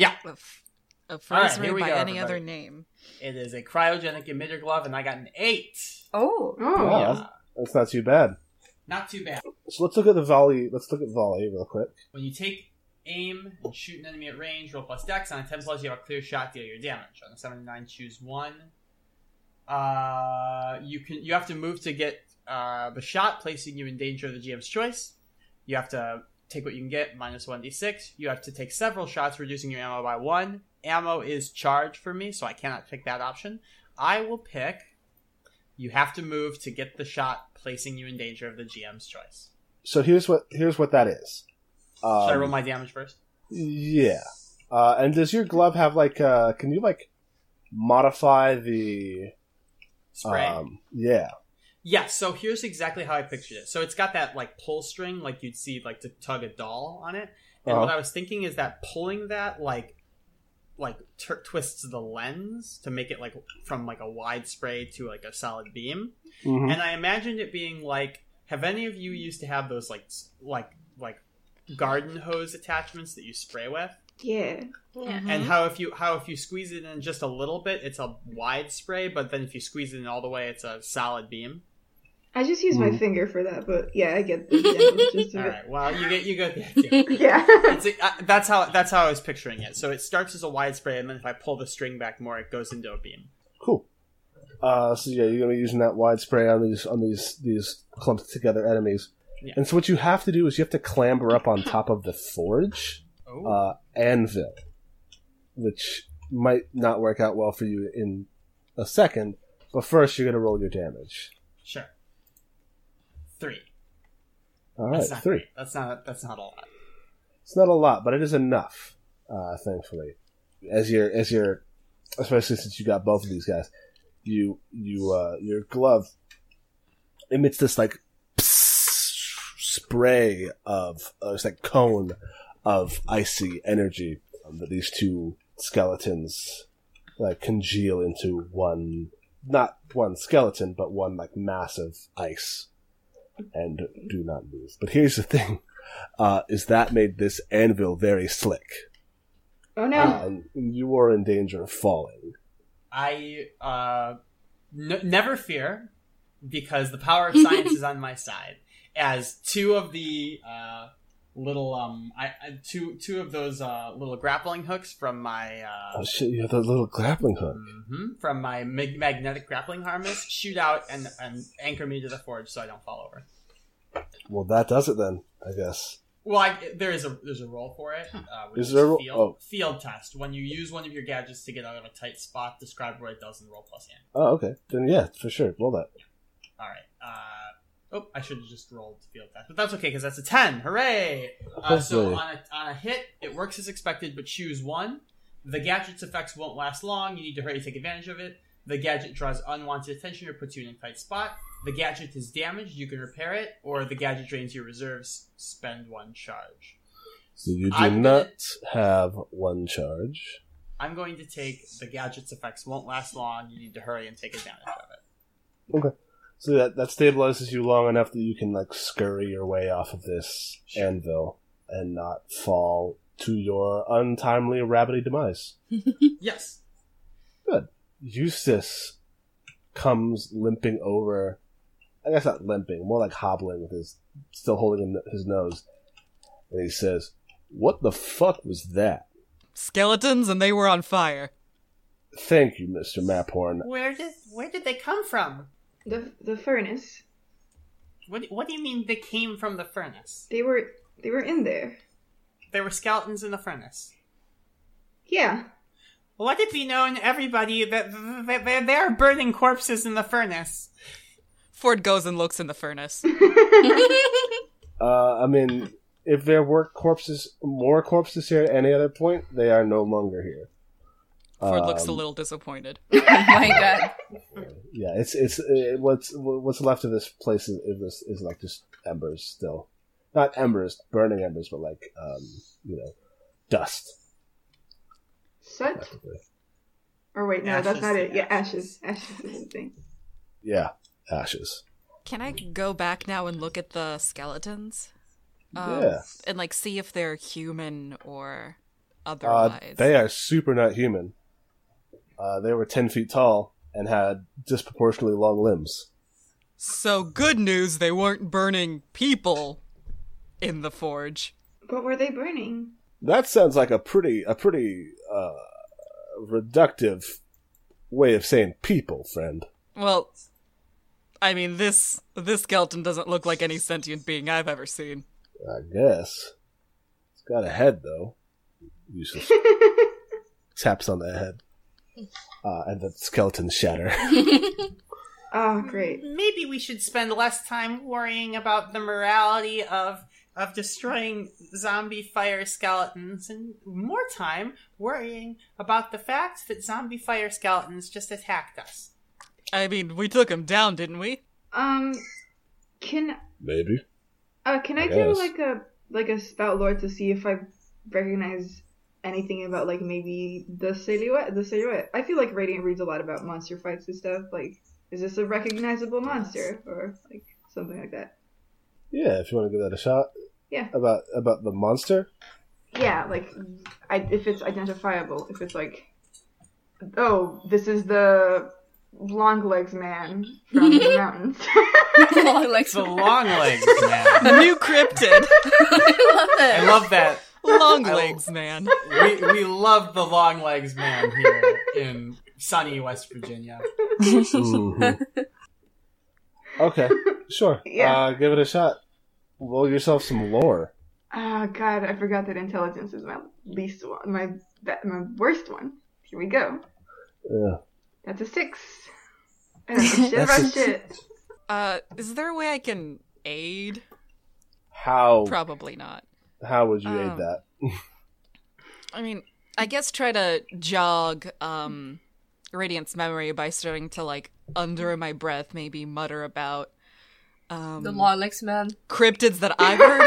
Speaker 4: A, f- a
Speaker 5: All right,
Speaker 4: phrase
Speaker 5: here
Speaker 4: made
Speaker 5: we
Speaker 4: by
Speaker 5: go,
Speaker 4: any
Speaker 5: everybody.
Speaker 4: other name.
Speaker 5: It is a cryogenic emitter glove, and I got an eight.
Speaker 6: Oh.
Speaker 3: Oh.
Speaker 1: Wow.
Speaker 5: Yeah,
Speaker 1: That's not too bad.
Speaker 5: not too bad.
Speaker 1: So let's look at the volley. Let's look at volley real quick.
Speaker 5: When you take aim and shoot an enemy at range, roll plus dex. On a 10 plus, you have a clear shot, deal your damage. On a 79, choose one. Uh, you can you have to move to get uh, the shot, placing you in danger of the GM's choice. You have to take what you can get, minus 1d6. You have to take several shots, reducing your ammo by one. Ammo is charged for me, so I cannot pick that option. I will pick. You have to move to get the shot, placing you in danger of the GM's choice.
Speaker 1: So here's what here's what that is. Um,
Speaker 5: Should I roll my damage first?
Speaker 1: Yeah. Uh, and does your glove have like? Uh, can you like modify the?
Speaker 5: Spray.
Speaker 1: Um, yeah.
Speaker 5: Yeah, so here's exactly how I pictured it. So it's got that like pull string, like you'd see like to tug a doll on it. And what
Speaker 1: Uh-huh.
Speaker 5: I was thinking is that pulling that like like tur twists the lens to make it like from like a wide spray to like a solid beam.
Speaker 1: Mhm.
Speaker 5: And I imagined it being like, have any of you used to have those like s- like like garden hose attachments that you spray with?
Speaker 3: Yeah.
Speaker 6: Yeah.
Speaker 5: and how if you how if you squeeze it in just a little bit it's a wide spray but then if you squeeze it in all the way it's a solid beam
Speaker 3: I just use my
Speaker 1: Mhm.
Speaker 3: finger for that, but yeah, I get the general gist
Speaker 5: Mm. all
Speaker 3: of
Speaker 5: right well you get you go the idea.
Speaker 3: it. Yeah.
Speaker 5: It's a, uh, that's how that's how i was picturing it so it starts as a wide spray and then if i pull the string back more it goes into a beam
Speaker 1: Cool. Uh, so yeah, you're gonna be using that wide spray on these on these these clumped together enemies.
Speaker 5: Yeah.
Speaker 1: And so what you have to do is you have to clamber up on top of the forge
Speaker 5: oh
Speaker 1: uh, anvil, which might not work out well for you in a second. But first, you're gonna roll your damage.
Speaker 5: sure three
Speaker 1: All
Speaker 5: that's
Speaker 1: right,
Speaker 5: not
Speaker 1: three.
Speaker 5: great. that's not that's not a lot
Speaker 1: It's not a lot, but it is enough, uh, thankfully. As you're as you're, especially since you got both of these guys, you you uh, your glove emits this like spray of uh, it's like cone of icy energy um, that these two skeletons like congeal into one not one skeleton but one like massive ice and do not move but here's the thing uh, is that made this anvil very slick
Speaker 3: Oh
Speaker 1: uh,
Speaker 3: no.
Speaker 1: and you are in danger of falling
Speaker 5: I uh, n- never fear because the power of science is on my side. As two of the uh, little um, I, I, two two of those uh, little grappling hooks from my uh,
Speaker 1: oh shit you have that little grappling hook
Speaker 5: mhm, from my mag- magnetic grappling harness shoot out and, and anchor me to the forge so I don't fall over.
Speaker 1: well that does it then i guess
Speaker 5: Well, I, there is a there's a role for it. Uh, which
Speaker 1: Is
Speaker 5: is
Speaker 1: there a ro-
Speaker 5: field,
Speaker 1: oh.
Speaker 5: field test when you use one of your gadgets to get out of a tight spot? Describe what it does and roll plus hand.
Speaker 1: oh okay then yeah for sure roll that
Speaker 5: All right. Uh, oh, I should have just rolled field test, but that's okay because that's a ten. Hooray! Uh, so
Speaker 1: Hopefully.
Speaker 5: on a, on a hit, it works as expected, but choose one. The gadget's effects won't last long. You need to hurry to take advantage of it. The gadget draws unwanted attention or puts you in a tight spot. The gadget is damaged. You can repair it, or the gadget drains your reserves. Spend one charge.
Speaker 1: so you do
Speaker 5: I'm gonna-
Speaker 1: not have one charge
Speaker 5: I'm going to take the gadget's effects won't last long. You need to hurry and take advantage of it.
Speaker 1: So that that stabilizes you long enough that you can like scurry your way off of this
Speaker 5: Sure.
Speaker 1: anvil and not fall to your untimely rabbity demise.
Speaker 5: Yes.
Speaker 1: Eustace comes limping over. I guess not limping, more like hobbling with his still holding in his nose, and he says, "What the fuck was that?"
Speaker 4: Skeletons and they were on fire.
Speaker 1: Thank you, Mister Maphorn.
Speaker 5: Where did where did they come from?
Speaker 3: The the furnace.
Speaker 5: What what do you mean they came from the furnace?
Speaker 3: They were they were in there.
Speaker 5: There were skeletons in the furnace.
Speaker 3: Yeah.
Speaker 5: Let it be known, everybody, that th- th- th- they are burning corpses in the furnace.
Speaker 4: Ford goes and looks in the furnace.
Speaker 1: Uh, I mean, if there were corpses, more corpses here at any other point, they are no longer here.
Speaker 4: Ford looks a
Speaker 1: Um,
Speaker 4: little disappointed.
Speaker 6: Oh my god.
Speaker 1: yeah, it's it's it, what's what's left of this place is is, this, is like just embers still, not embers, burning embers, but like um you know, dust.
Speaker 3: Soot. Or wait, no, that's
Speaker 5: Ashes,
Speaker 3: not it.
Speaker 5: yeah.
Speaker 3: Yeah, ashes. Ashes is the thing.
Speaker 1: Yeah, ashes.
Speaker 4: Can I go back now and look at the skeletons? Um,
Speaker 1: Yeah.
Speaker 4: And like see if they're human or
Speaker 1: Uh,
Speaker 4: otherwise.
Speaker 1: they are super not human. Uh, they were ten feet tall and had disproportionately long limbs.
Speaker 4: So good news they weren't burning people in the forge.
Speaker 3: But were they burning?
Speaker 1: That sounds like a pretty a pretty uh, reductive way of saying people, friend.
Speaker 4: Well, I mean this this skeleton doesn't look like any sentient being I've ever seen.
Speaker 1: I guess. It's got a head, though. Useless. Taps on that head. Uh, and the skeletons shatter.
Speaker 3: Oh, great.
Speaker 5: Maybe we should spend less time worrying about the morality of of destroying zombie fire skeletons and more time worrying about the fact that zombie fire skeletons just attacked us.
Speaker 4: I mean, we took him down, didn't we?
Speaker 3: Um, can
Speaker 1: Maybe.
Speaker 3: uh can I,
Speaker 1: I
Speaker 3: do
Speaker 1: guess.
Speaker 3: like a like a spout lore to see if I recognize anything about like maybe the silhouette? The silhouette. I feel like Radiant reads a lot about monster fights and stuff. Like, is this a recognizable monster or like something like that?
Speaker 1: Yeah, if you want to give that a shot.
Speaker 3: Yeah.
Speaker 1: About about the monster.
Speaker 3: Yeah, like I, if it's identifiable, if it's like, oh, this is the long legs man from the mountains.
Speaker 6: Long legs.
Speaker 5: The long legs, man.
Speaker 4: New cryptid,
Speaker 5: I love that.
Speaker 4: long legs, man.
Speaker 5: We, we love the long legs, man, here in sunny West Virginia.
Speaker 1: Mhm. okay, sure.
Speaker 3: Yeah.
Speaker 1: Uh, give it a shot. Roll yourself some lore.
Speaker 3: oh God, I forgot that intelligence is my least one, my be- my worst one. Here we go.
Speaker 1: Yeah.
Speaker 3: That's a six. I don't know shit
Speaker 1: That's
Speaker 3: about
Speaker 1: a-
Speaker 3: shit.
Speaker 4: Uh, is there a way I can aid?
Speaker 1: How
Speaker 4: Probably not.
Speaker 1: how would you aid
Speaker 4: Um,
Speaker 1: that?
Speaker 4: I mean, I guess try to jog um Radiant's memory by starting to like under my breath maybe mutter about um
Speaker 6: the long legs man.
Speaker 4: cryptids that I've heard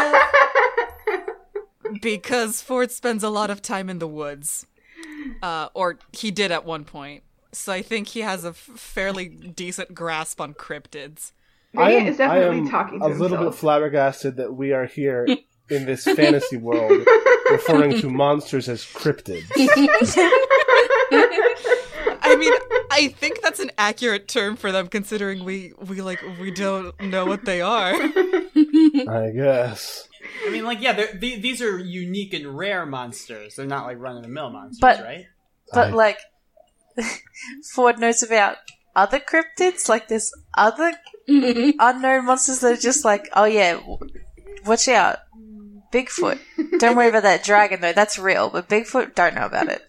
Speaker 4: of because Ford spends a lot of time in the woods. Uh, or he did at one point. So I think he has a f- fairly decent grasp on cryptids.
Speaker 3: Radiant is definitely talking to
Speaker 1: a
Speaker 3: himself.
Speaker 1: little bit flabbergasted that we are here in this fantasy world referring to monsters as cryptids.
Speaker 4: I mean, I think that's an accurate term for them considering we we like we don't know what they are.
Speaker 1: I guess.
Speaker 5: I mean, like, yeah, they're, the- these are unique and rare monsters. They're not like run of the mill monsters,
Speaker 8: But-
Speaker 5: right?
Speaker 8: But
Speaker 1: I-
Speaker 8: like, Ford knows about other cryptids. Like there's other unknown monsters that are just like, oh yeah, w- watch out, Bigfoot. Don't worry about that dragon though. That's real, but Bigfoot don't know about it.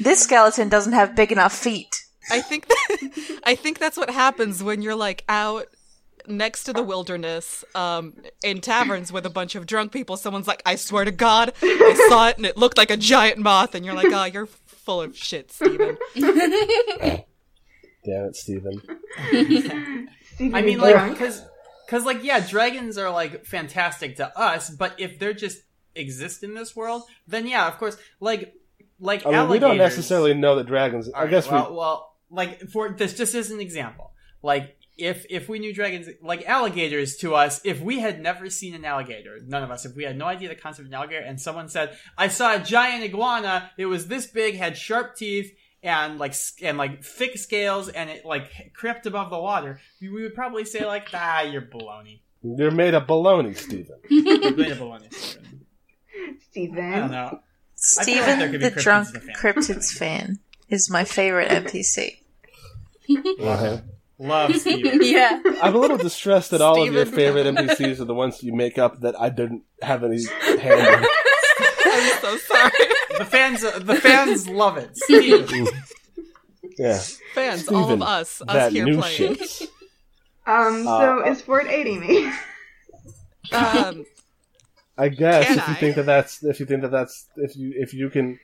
Speaker 8: this skeleton doesn't have big enough feet.
Speaker 4: I think that, I think that's what happens when you're like out next to the wilderness um, in taverns with a bunch of drunk people. Someone's like, "I swear to God, I saw it, and it looked like a giant moth," and you're like, "Oh, you're full of shit, Steven.
Speaker 1: Damn it, Steven.
Speaker 3: Stevie
Speaker 5: I mean,
Speaker 3: Wonder.
Speaker 5: like, because, because, like, yeah, dragons are like fantastic to us, but if they're just exist in this world, then yeah, of course, like, like
Speaker 1: I mean, we
Speaker 5: alligators.
Speaker 1: don't necessarily know that dragons.
Speaker 5: All
Speaker 1: I
Speaker 5: right,
Speaker 1: guess
Speaker 5: well, well, like for this, just as an example, like if if we knew dragons, like alligators to us, if we had never seen an alligator, none of us, if we had no idea the concept of an alligator, and someone said, "I saw a giant iguana. It was this big, had sharp teeth." And like s- and like thick scales, and it like crept above the water. We we would probably say like, ah, you're baloney.
Speaker 1: we you're made of baloney, Steven.
Speaker 5: You're going to baloney. I don't
Speaker 3: Steven.
Speaker 5: know. I feel like there
Speaker 8: Steven,
Speaker 5: could be
Speaker 8: the
Speaker 5: cryptids
Speaker 8: drunk
Speaker 5: in the family.
Speaker 8: cryptids fan, is my favorite NPC.
Speaker 5: Love Steven.
Speaker 6: yeah.
Speaker 1: Uh-huh. I'm a little distressed that all of your
Speaker 4: Steven.
Speaker 1: favorite NPCs are the ones you make up that I didn't have any hand in.
Speaker 4: I'm so sorry,
Speaker 5: the fans the fans love it. Steven.
Speaker 1: Yeah,
Speaker 4: fans, all of
Speaker 1: Steven,
Speaker 4: us, us
Speaker 1: that
Speaker 4: here
Speaker 1: new
Speaker 4: playing."
Speaker 1: shit.
Speaker 3: Um, so
Speaker 1: Uh,
Speaker 3: is Ford aiding me?
Speaker 4: Um,
Speaker 1: I guess
Speaker 4: Can
Speaker 1: if you
Speaker 4: I?
Speaker 1: think that that's if you think that that's if you if you can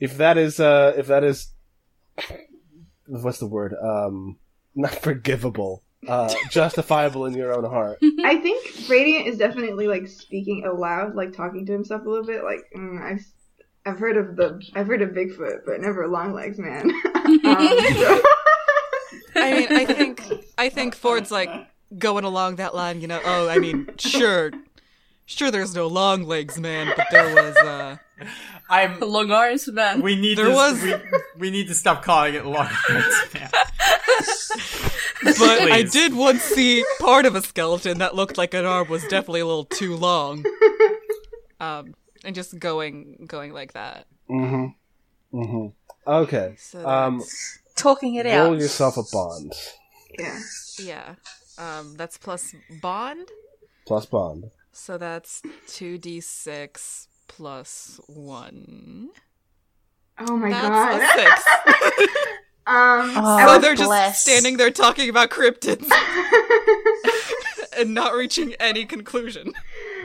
Speaker 1: if that is uh if that is what's the word um not forgivable uh justifiable in your own heart
Speaker 3: I think Radiant is definitely like speaking aloud, like talking to himself a little bit. Like mm, I've I've heard of the I've heard of Bigfoot, but never Longlegs Man. um, so-
Speaker 4: I mean, I think I think Ford's like going along that line, you know. Oh, I mean, sure, sure. There's no long legs, man, but there was. Uh,
Speaker 5: I'm
Speaker 6: Long arms man.
Speaker 5: We need
Speaker 4: There
Speaker 5: to,
Speaker 4: was-
Speaker 5: we, we need to stop calling it long legs man.
Speaker 4: But I
Speaker 5: Please.
Speaker 4: did once see part of a skeleton that looked like an arm was definitely a little too long. Um, and just going going like that.
Speaker 1: mm-hmm mm-hmm okay
Speaker 4: So
Speaker 1: um
Speaker 8: Talking it
Speaker 1: roll
Speaker 8: out.
Speaker 1: yourself a bond
Speaker 3: yeah.
Speaker 4: yeah. Um, that's plus bond.
Speaker 1: plus bond
Speaker 4: So that's two d six plus one.
Speaker 3: Oh my
Speaker 4: that's
Speaker 3: god.
Speaker 4: a six.
Speaker 3: Um,
Speaker 8: Oh,
Speaker 3: I
Speaker 4: so
Speaker 3: was-
Speaker 4: they're just
Speaker 8: bless.
Speaker 4: standing there talking about cryptids and not reaching any conclusion.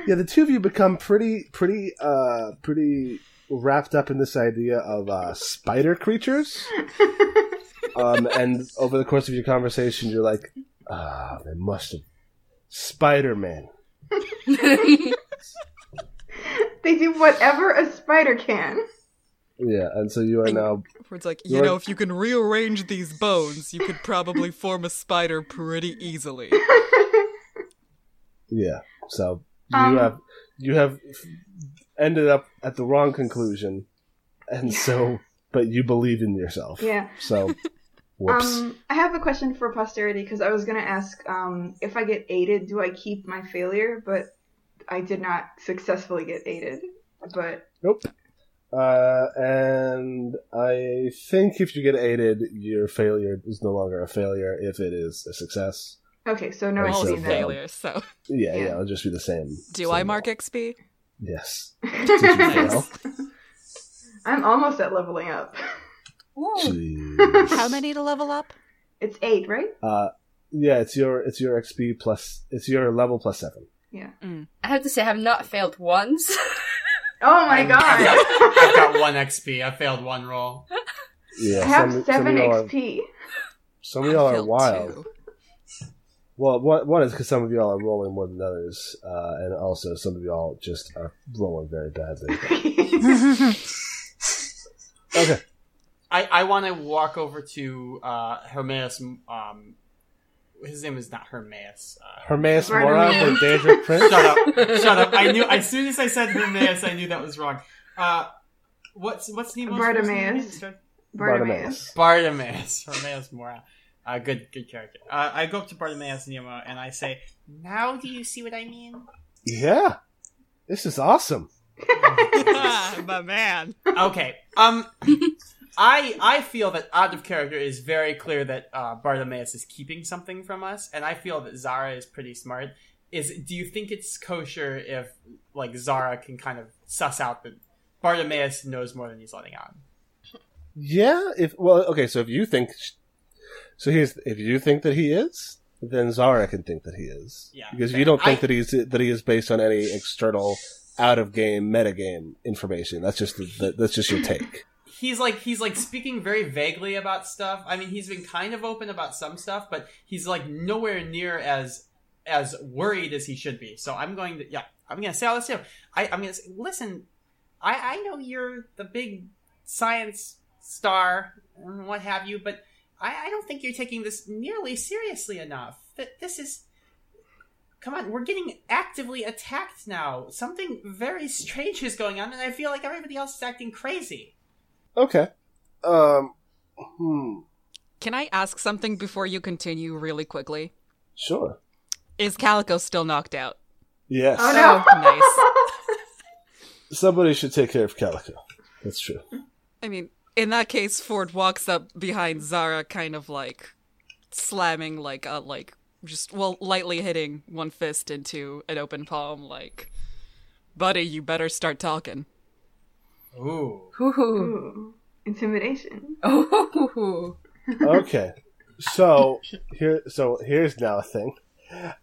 Speaker 1: yeah the two of you become pretty pretty uh pretty wrapped up in this idea of uh spider creatures um and over the course of your conversation you're like ah they must have spider-man
Speaker 3: they do whatever a spider can.
Speaker 1: yeah and so you are now
Speaker 4: Where it's like, you
Speaker 1: You're-
Speaker 4: know, if you can rearrange these bones, you could probably form a spider pretty easily.
Speaker 1: yeah so you
Speaker 3: Um,
Speaker 1: have you have ended up at the wrong conclusion and so but you believe in yourself
Speaker 3: Yeah.
Speaker 1: so whoops
Speaker 3: Um, I have a question for posterity because I was gonna ask um, if I get aided, do I keep my failure? But I did not successfully get aided. But
Speaker 1: Nope. Uh, and I think if you get aided, your failure is no longer a failure. If it is a success,
Speaker 3: okay, so no
Speaker 1: Or
Speaker 4: We're
Speaker 1: Right,
Speaker 4: all
Speaker 1: Oh, so
Speaker 3: XP
Speaker 1: fail.
Speaker 3: then.
Speaker 4: failures, so.
Speaker 1: yeah, yeah,
Speaker 3: Yeah.
Speaker 1: it'll just be the same.
Speaker 4: Do
Speaker 1: same
Speaker 4: I mark
Speaker 1: roll.
Speaker 4: XP?
Speaker 1: Yes. Did you fail?
Speaker 3: I'm almost at leveling up.
Speaker 1: Jeez.
Speaker 4: How many to level up?
Speaker 3: It's eight, right?
Speaker 1: Uh, yeah, it's your it's your XP plus it's your level plus seven.
Speaker 6: I have to say, I have not failed once.
Speaker 3: Oh my
Speaker 5: I've
Speaker 3: god!
Speaker 5: got, I've got one XP. I failed one roll.
Speaker 1: Yeah,
Speaker 3: I have
Speaker 1: some, some
Speaker 3: seven
Speaker 1: of y'all are,
Speaker 3: XP.
Speaker 1: some of y'all
Speaker 4: I
Speaker 1: are
Speaker 4: felt
Speaker 1: wild.
Speaker 4: too.
Speaker 1: Well, one, one is because some of y'all are rolling more than others, uh, and also some of y'all just are rolling very badly. Okay,
Speaker 5: I, I want to walk over to uh, Hermaeus. Um, his name is not Hermaeus. Uh,
Speaker 1: Hermes
Speaker 3: Pardon
Speaker 1: Mora
Speaker 3: me.
Speaker 1: from Daedric Prince.
Speaker 5: shut up! Shut up! I knew as soon as I said Hermaeus, I knew that was wrong. Uh, what's what's Nemo's first name?
Speaker 3: Bartimaeus.
Speaker 1: Bartimaeus.
Speaker 3: Bartimaeus.
Speaker 5: Bartimaeus. Bartimaeus Mora. Uh, good good character. Uh, I go up to Bartimaeus Nemo and I say, "Now do you see what I mean?"
Speaker 1: Yeah, this is awesome.
Speaker 4: Ah, my man.
Speaker 5: okay. Um, I I feel that out of character is very clear that uh, Bartimaeus is keeping something from us, and I feel that Zara is pretty smart. Is do you think it's kosher if like Zara can kind of suss out that Bartimaeus knows more than he's letting on?
Speaker 1: Yeah, if well, okay. So if you think, so here's if you think that he is, then Zara can think that he is.
Speaker 5: Yeah,
Speaker 1: because if
Speaker 5: fair.
Speaker 1: you don't think
Speaker 5: I-
Speaker 1: that he's that he is based on any external out of game metagame information, that's just the, the, that's just your take.
Speaker 5: he's like he's like speaking very vaguely about stuff. I mean, he's been kind of open about some stuff, but he's like nowhere near as as worried as he should be. So I'm going to yeah, I'm going to say all this to him. I, I'm going to say, listen. I I know you're the big science star and what have you, but I, I don't think you're taking this nearly seriously enough. That this is. Come on, we're getting actively attacked now. Something very strange is going on, and I feel like everybody else is acting crazy.
Speaker 1: Okay. Um. Hmm.
Speaker 4: Can I ask something before you continue really quickly?
Speaker 1: Sure.
Speaker 4: Is Calico still knocked out?
Speaker 1: Yes.
Speaker 3: Oh no.
Speaker 4: nice.
Speaker 1: Somebody should take care of Calico. That's true.
Speaker 4: I mean, in that case, Ford walks up behind Zara, kind of like slamming, like, uh, like, just, well, lightly hitting one fist into an open palm, like, buddy, you better start talking.
Speaker 5: Ooh.
Speaker 6: Ooh.
Speaker 3: Ooh, Intimidation.
Speaker 6: Ooh.
Speaker 1: Okay. So here, so here's now a thing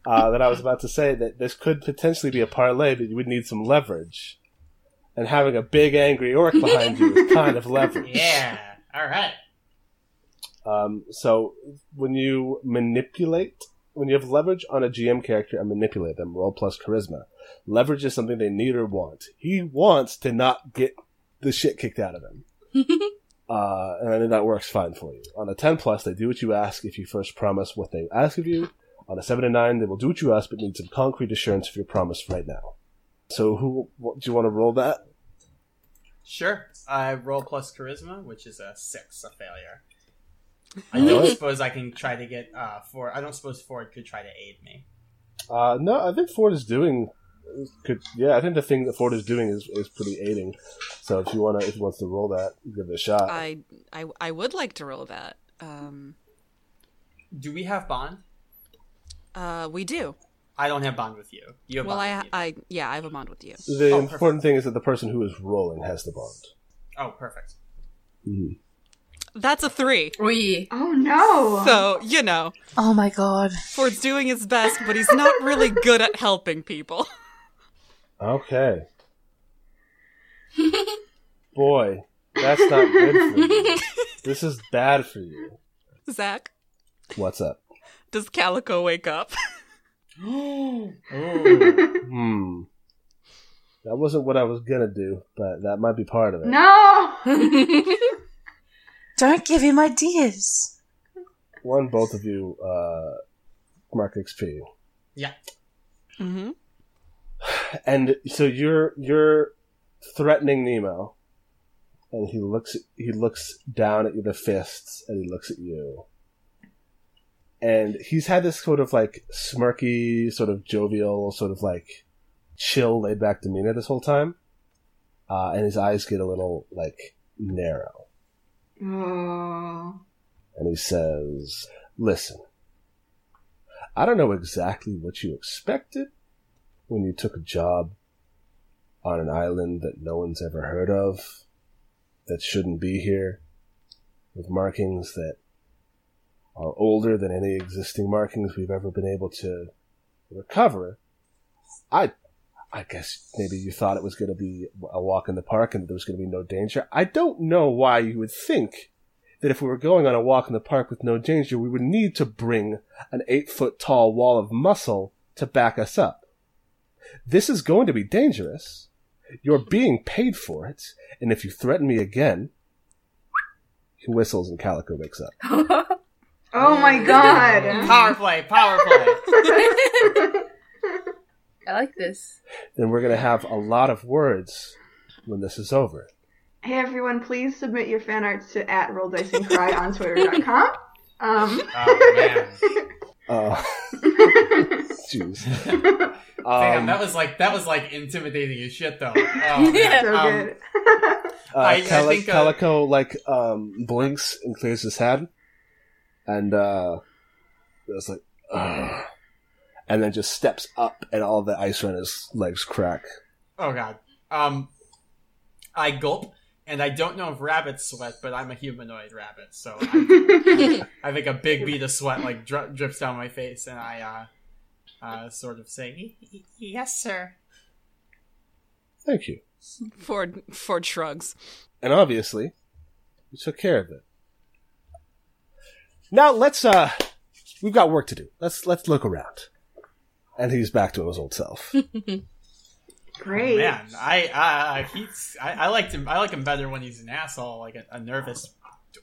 Speaker 1: uh, that I was about to say that this could potentially be a parlay, but you would need some leverage, and having a big angry orc behind you is kind of leverage.
Speaker 5: Yeah. All right.
Speaker 1: Um, so when you manipulate, when you have leverage on a GM character and manipulate them, roll plus charisma. Leverage is something they need or want. He wants to not get the shit kicked out of him. uh, and I think that works fine for you. On a 10 plus, they do what you ask if you first promise what they ask of you. On a 7 and 9, they will do what you ask but need some concrete assurance of your promise right now. So who, what, do you want to roll that?
Speaker 5: Sure. I roll plus charisma, which is a six, a failure. I
Speaker 1: All
Speaker 5: don't
Speaker 1: right.
Speaker 5: suppose I can try to get uh Ford. I don't suppose Ford could try to aid me.
Speaker 1: Uh, no, I think Ford is doing. Could yeah, I think the thing that Ford is doing is, is pretty aiding. So if you wanna, if he wants to roll that, give it a shot.
Speaker 4: I, I, I would like to roll that. Um,
Speaker 5: Do we have bond?
Speaker 4: uh, we do.
Speaker 5: I don't have bond with you. You have
Speaker 4: Well,
Speaker 5: bond.
Speaker 4: I,
Speaker 5: with me.
Speaker 4: I, yeah, I have a bond with you.
Speaker 1: the
Speaker 5: oh,
Speaker 1: important thing is that the person who is rolling has the bond.
Speaker 5: Oh, perfect.
Speaker 4: That's a three.
Speaker 6: We.
Speaker 3: Oh no.
Speaker 4: So, you know,
Speaker 8: oh my god.
Speaker 4: Ford's doing his best, but he's not really good at helping people.
Speaker 1: Okay. Boy, that's not good for you. This is bad for you.
Speaker 4: Zach,
Speaker 1: What's up?
Speaker 4: does Calico wake up?
Speaker 5: Ooh.
Speaker 1: Hmm. That wasn't what I was gonna do, but that might be part of it.
Speaker 3: no.
Speaker 8: Don't give him ideas.
Speaker 1: One, both of you, uh, mark XP.
Speaker 5: yeah.
Speaker 4: Mm-hmm.
Speaker 1: and so you're you're threatening Nemo, and he looks he looks down at the fists, and he looks at you, and he's had this sort of like smirky, sort of jovial, sort of like chill, laid back demeanor this whole time, uh, and his eyes get a little like narrow,
Speaker 3: Oh.
Speaker 1: and he says, "Listen, I don't know exactly what you expected." when you took a job on an island that no one's ever heard of, that shouldn't be here, with markings that are older than any existing markings we've ever been able to recover. I, I guess maybe you thought it was going to be a walk in the park and there was going to be no danger. I don't know why you would think that if we were going on a walk in the park with no danger, we would need to bring an eight foot tall wall of muscle to back us up. This is going to be dangerous. You're being paid for it, and if you threaten me again, he whistles and Calico wakes up.
Speaker 3: Oh my god.
Speaker 5: Power play, power play.
Speaker 6: I like this.
Speaker 1: Then we're going to have a lot of words when this is over.
Speaker 3: hey everyone, please submit your fan arts to at rolldiceandcry on twitter.com. Um,
Speaker 5: oh man,
Speaker 1: Uh, jeez.
Speaker 5: damn,
Speaker 1: Um,
Speaker 5: that was like that was like intimidating as shit though. Oh, man.
Speaker 3: so
Speaker 5: Um,
Speaker 3: good.
Speaker 1: uh,
Speaker 5: I- I
Speaker 1: Cali-
Speaker 5: think, uh,
Speaker 1: Calico like um, blinks and clears his head, and uh, it's like, "Ugh," and then just steps up, and all the ice around his legs crack.
Speaker 5: Oh god. Um, I gulp, and I don't know if rabbits sweat, but I'm a humanoid rabbit, so I, I think a big bead of sweat like dri- drips down my face, and I uh, uh, sort of say, oh, "Y- y- "Yes, sir."
Speaker 1: Thank you.
Speaker 4: Ford Ford shrugs.
Speaker 1: And obviously, you took care of it. Now let's uh, we've got work to do. Let's let's look around. And he's back to his old self.
Speaker 3: Great.
Speaker 5: Man, I uh, he's I, I liked him. I like him better when he's an asshole, like a, a nervous.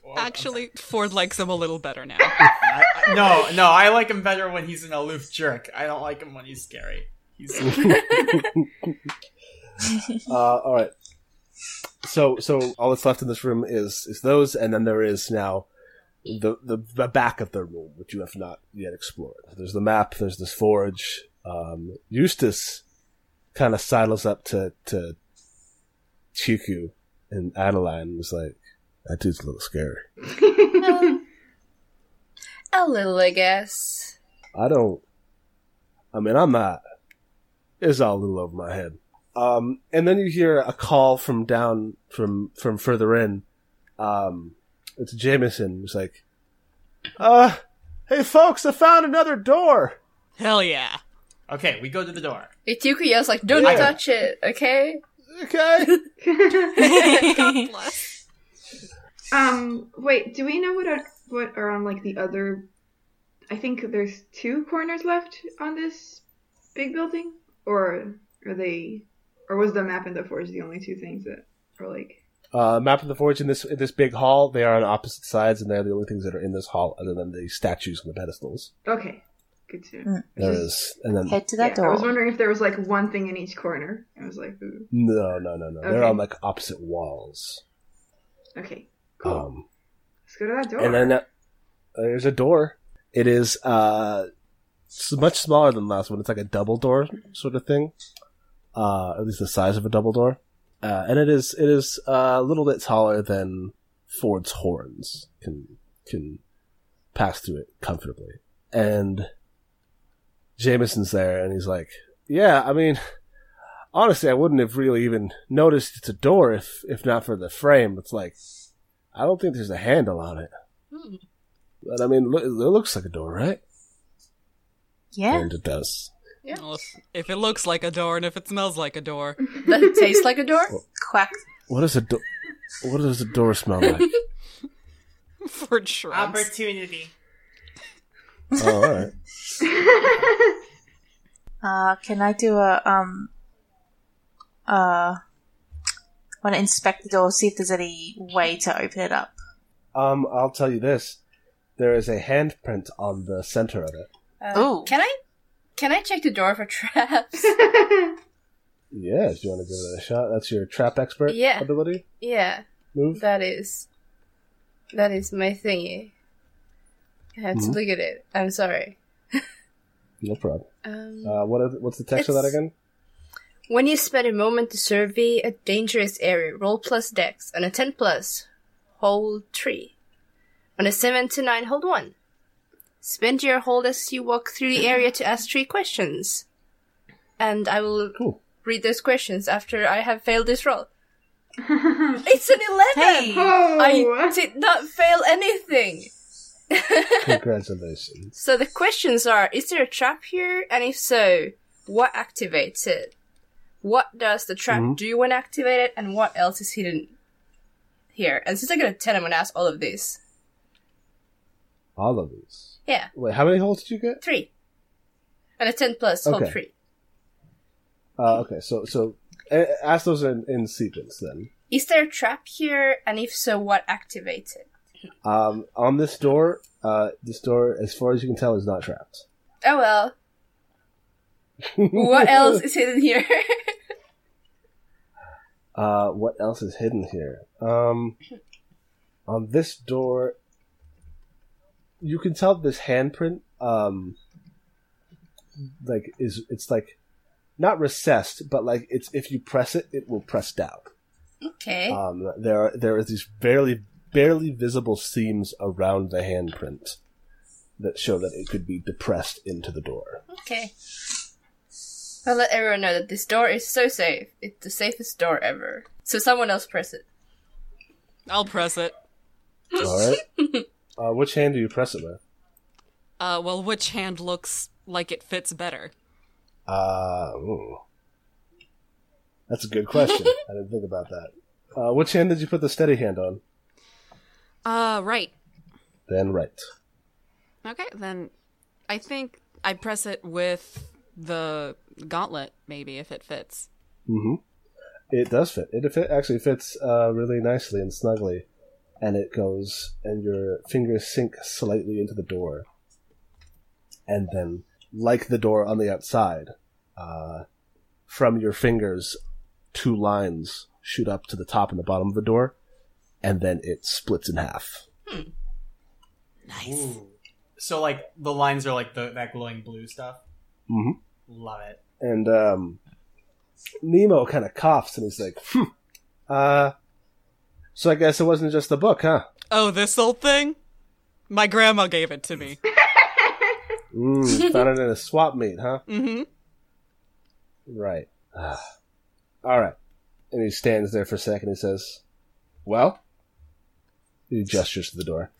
Speaker 5: oh, I'm
Speaker 4: Actually, Ford likes him a little better now.
Speaker 5: sorry. I- I- no, no, I like him better when he's an aloof jerk. I don't like him when he's scary. He's
Speaker 1: Uh, all right. So so all that's left in this room is is those, and then there is now the the, the back of the room, which you have not yet explored. There's the map. There's this forge. Um, Eustace kind of sidles up to to Chiku and Adeline and is like, "That dude's a little scary.
Speaker 5: Oh,
Speaker 6: A little, I guess.
Speaker 1: I don't. I mean, I'm not. It's all a little over my head. Um, and then you hear a call from down from from further in. Um, it's Jameson. He's like, "Uh, hey folks, I found another door."
Speaker 4: Hell yeah.
Speaker 5: okay. We go to the door.
Speaker 6: Ituku yells like, "Don't
Speaker 5: Yeah.
Speaker 6: touch it, okay?"
Speaker 1: Okay.
Speaker 4: God bless.
Speaker 3: Um, wait, do we know what are, what are on like the other? I think there's two corners left on this big building, or are they? Or was the map and the forge the only two things that are like?
Speaker 1: uh, map of the forge in this in this big hall. They are on opposite sides, and they're the only things that are in this hall, other than the statues and the pedestals.
Speaker 3: Okay, good to.
Speaker 8: Mm.
Speaker 1: There is, and then
Speaker 8: Head to
Speaker 3: Yeah,
Speaker 8: that
Speaker 3: I was
Speaker 8: door.
Speaker 3: wondering if there was like one thing in each corner. I was like, ooh.
Speaker 1: no, no, no, no. They're
Speaker 3: Okay.
Speaker 1: on like opposite walls.
Speaker 3: okay, cool.
Speaker 1: Um,
Speaker 3: Let's go to that door.
Speaker 1: And then uh, there's a door. It is uh, s- much smaller than the last one. It's like a double door sort of thing, uh, at least the size of a double door. Uh, and it is it is uh, a little bit taller than Ford's horns can can pass through it comfortably. And Jameson's there, and he's like, "Yeah, I mean." Honestly, I wouldn't have really even noticed it's a door if, if not for the frame. It's like, I don't think there's a handle on it.
Speaker 4: Hmm.
Speaker 1: But I mean, lo- it looks like a door, right?
Speaker 8: Yeah.
Speaker 1: And it does.
Speaker 6: Yeah.
Speaker 4: Well, if, if it looks like a door and if it smells like a door,
Speaker 6: Does it taste like a
Speaker 1: Oh.
Speaker 6: door?
Speaker 8: Quack.
Speaker 1: What does a door? What does a door smell like?
Speaker 4: Ford shrugs.
Speaker 5: Opportunity.
Speaker 1: oh, all right.
Speaker 8: Uh, can I do a um? Uh, want to inspect the door, see if there's any way to open it up.
Speaker 1: Um, I'll tell you this: there is a handprint on the center of it.
Speaker 6: Uh,
Speaker 8: Ooh.
Speaker 6: Can I? Can I check the door for traps?
Speaker 1: Yeah, if you want to give it a shot, that's your trap expert
Speaker 6: Yeah.
Speaker 1: ability
Speaker 6: yeah,
Speaker 1: move.
Speaker 6: that is, that is my thingy. I have to
Speaker 1: Mhm.
Speaker 6: look at it. I'm sorry.
Speaker 1: No problem.
Speaker 6: Um,
Speaker 1: Uh, what is, what's the text of that
Speaker 6: It's-
Speaker 1: again?
Speaker 6: When you spend a moment to survey a dangerous area, roll plus dex. On a 10 plus, hold 3. On a 7 to 9, hold 1. Spend your hold as you walk through the area to ask 3 questions. And I will
Speaker 1: Cool.
Speaker 6: read those questions after I have failed this roll. it's an 11!
Speaker 8: Hey.
Speaker 3: oh,
Speaker 6: I did not fail anything!
Speaker 1: Congratulations.
Speaker 6: So the questions are Is there a trap here? And if so, what activates it? What does the trap
Speaker 1: Mhm.
Speaker 6: do when activated? And what else is hidden here? And since I got a 10, I'm going to ask all of these.
Speaker 1: All of these.
Speaker 6: Yeah,
Speaker 1: Wait, how many holes did you get?
Speaker 6: three. And a 10 plus, hold
Speaker 1: Okay.
Speaker 6: three.
Speaker 1: Uh, okay, so so uh, ask those in, in sequence then.
Speaker 6: Is there a trap here? And if so, what activates it?
Speaker 1: Um, on this door, uh, this door, as far as you can tell, is not trapped.
Speaker 6: Oh well. What else is hidden here?
Speaker 1: Uh, what else is hidden here? Um, on this door, you can tell this handprint, um, like is it's like not recessed, but like it's if you press it, it will press down.
Speaker 6: okay.
Speaker 1: Um, there are there are these barely barely visible seams around the handprint that show that it could be depressed into the door.
Speaker 6: Okay. I'll let everyone know that this door is so safe. It's the safest door ever. So someone else press it.
Speaker 4: I'll press it.
Speaker 1: All right. Uh, which hand do you press it with?
Speaker 4: Uh, well, which hand looks like it fits better?
Speaker 1: Uh, ooh. That's a good question. I didn't think about that. Uh, which hand did you put the steady hand on?
Speaker 4: Uh, right.
Speaker 1: Then right.
Speaker 4: Okay, then I think I press it with the gauntlet, maybe, if it fits.
Speaker 1: Mm-hmm. It does fit. It fit, actually fits uh, really nicely and snugly, and it goes, and your fingers sink slightly into the door, and then, like the door on the outside, uh, from your fingers, two lines shoot up to the top and the bottom of the door, and then it splits in half.
Speaker 4: Nice.
Speaker 5: Ooh. So like the lines are like the that glowing blue stuff.
Speaker 1: Mm-hmm.
Speaker 5: Love it.
Speaker 1: and um, Nemo kind of coughs and he's like, hmm, uh, so I guess it wasn't just the book, huh?
Speaker 4: Oh, this old thing? My grandma gave it to me.
Speaker 1: Mm, found it in a swap meet, huh?
Speaker 4: Mm-hmm.
Speaker 1: Right. Ah, All right. And he stands there for a second and says, well? He gestures to the door.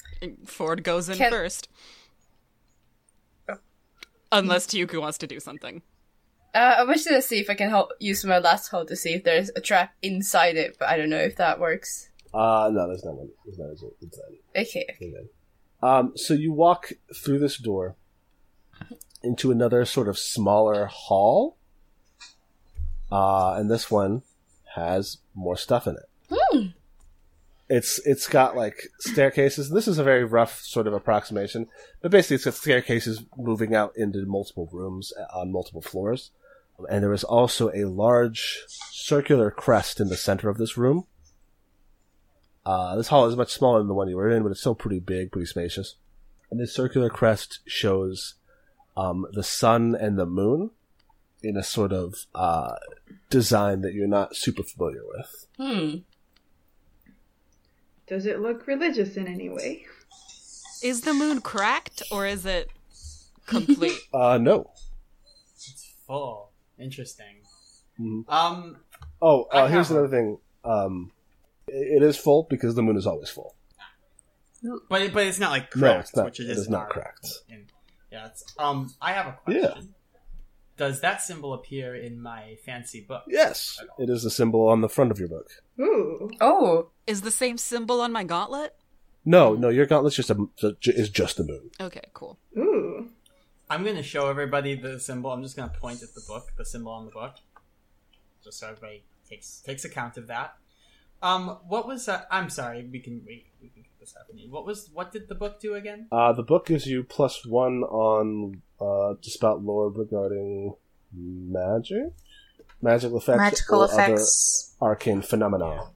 Speaker 4: Ford goes in
Speaker 6: Can-
Speaker 4: first. Unless Tiyuku wants to do something.
Speaker 6: Uh, I'm just gonna see if I can help use my last hole to see if there's a trap inside it, but I don't know if that works.
Speaker 1: Uh, no, there's not one. There's not one inside.
Speaker 6: Okay.
Speaker 1: Okay. Um, so you walk through this door into another sort of smaller hall. Uh, and this one has more stuff in it.
Speaker 6: Hmm.
Speaker 1: It's it's got like staircases. This is a very rough sort of approximation, but basically it's got staircases moving out into multiple rooms uh, on multiple floors. And there is also a large circular crest in the center of this room. Uh, this hall is much smaller than the one you were in, but it's still pretty big, pretty spacious. And this circular crest shows um, the sun and the moon in a sort of uh, design that you're not super familiar with.
Speaker 6: Hmm.
Speaker 3: Does it look religious in any way?
Speaker 4: Is the moon cracked or is it complete?
Speaker 1: Uh, no.
Speaker 5: It's full. Interesting.
Speaker 1: Mhm.
Speaker 5: Um.
Speaker 1: Oh,
Speaker 5: I
Speaker 1: uh, here's
Speaker 5: have
Speaker 1: another thing. Um, it it is full because the moon is always full.
Speaker 5: But it, but it's not like
Speaker 1: No,
Speaker 5: cracked,
Speaker 1: it's not.
Speaker 5: which it
Speaker 1: it
Speaker 5: is.
Speaker 1: is
Speaker 5: in
Speaker 1: not
Speaker 5: our-
Speaker 1: cracked.
Speaker 5: in- yeah. It's, um. I have a question.
Speaker 1: Yeah.
Speaker 5: Does that symbol appear in my fancy book?
Speaker 1: Yes,
Speaker 5: At all?
Speaker 1: it is the symbol on the front of your book.
Speaker 3: Ooh.
Speaker 6: Oh.
Speaker 4: is the same symbol on my gauntlet?
Speaker 1: No, no, your gauntlet's just a is just the moon.
Speaker 4: Okay, cool.
Speaker 3: Ooh.
Speaker 5: I'm going to show everybody the symbol. I'm just going to point at the book, the symbol on the book, just so everybody takes takes account of that. Um, what was that? I'm sorry. We can we, we can get this happening. What was what did the book do again?
Speaker 1: Uh, the book gives you plus one on uh, dispel lore regarding magic, magical effects,
Speaker 8: Magical
Speaker 1: or other
Speaker 8: effects.
Speaker 1: arcane phenomena.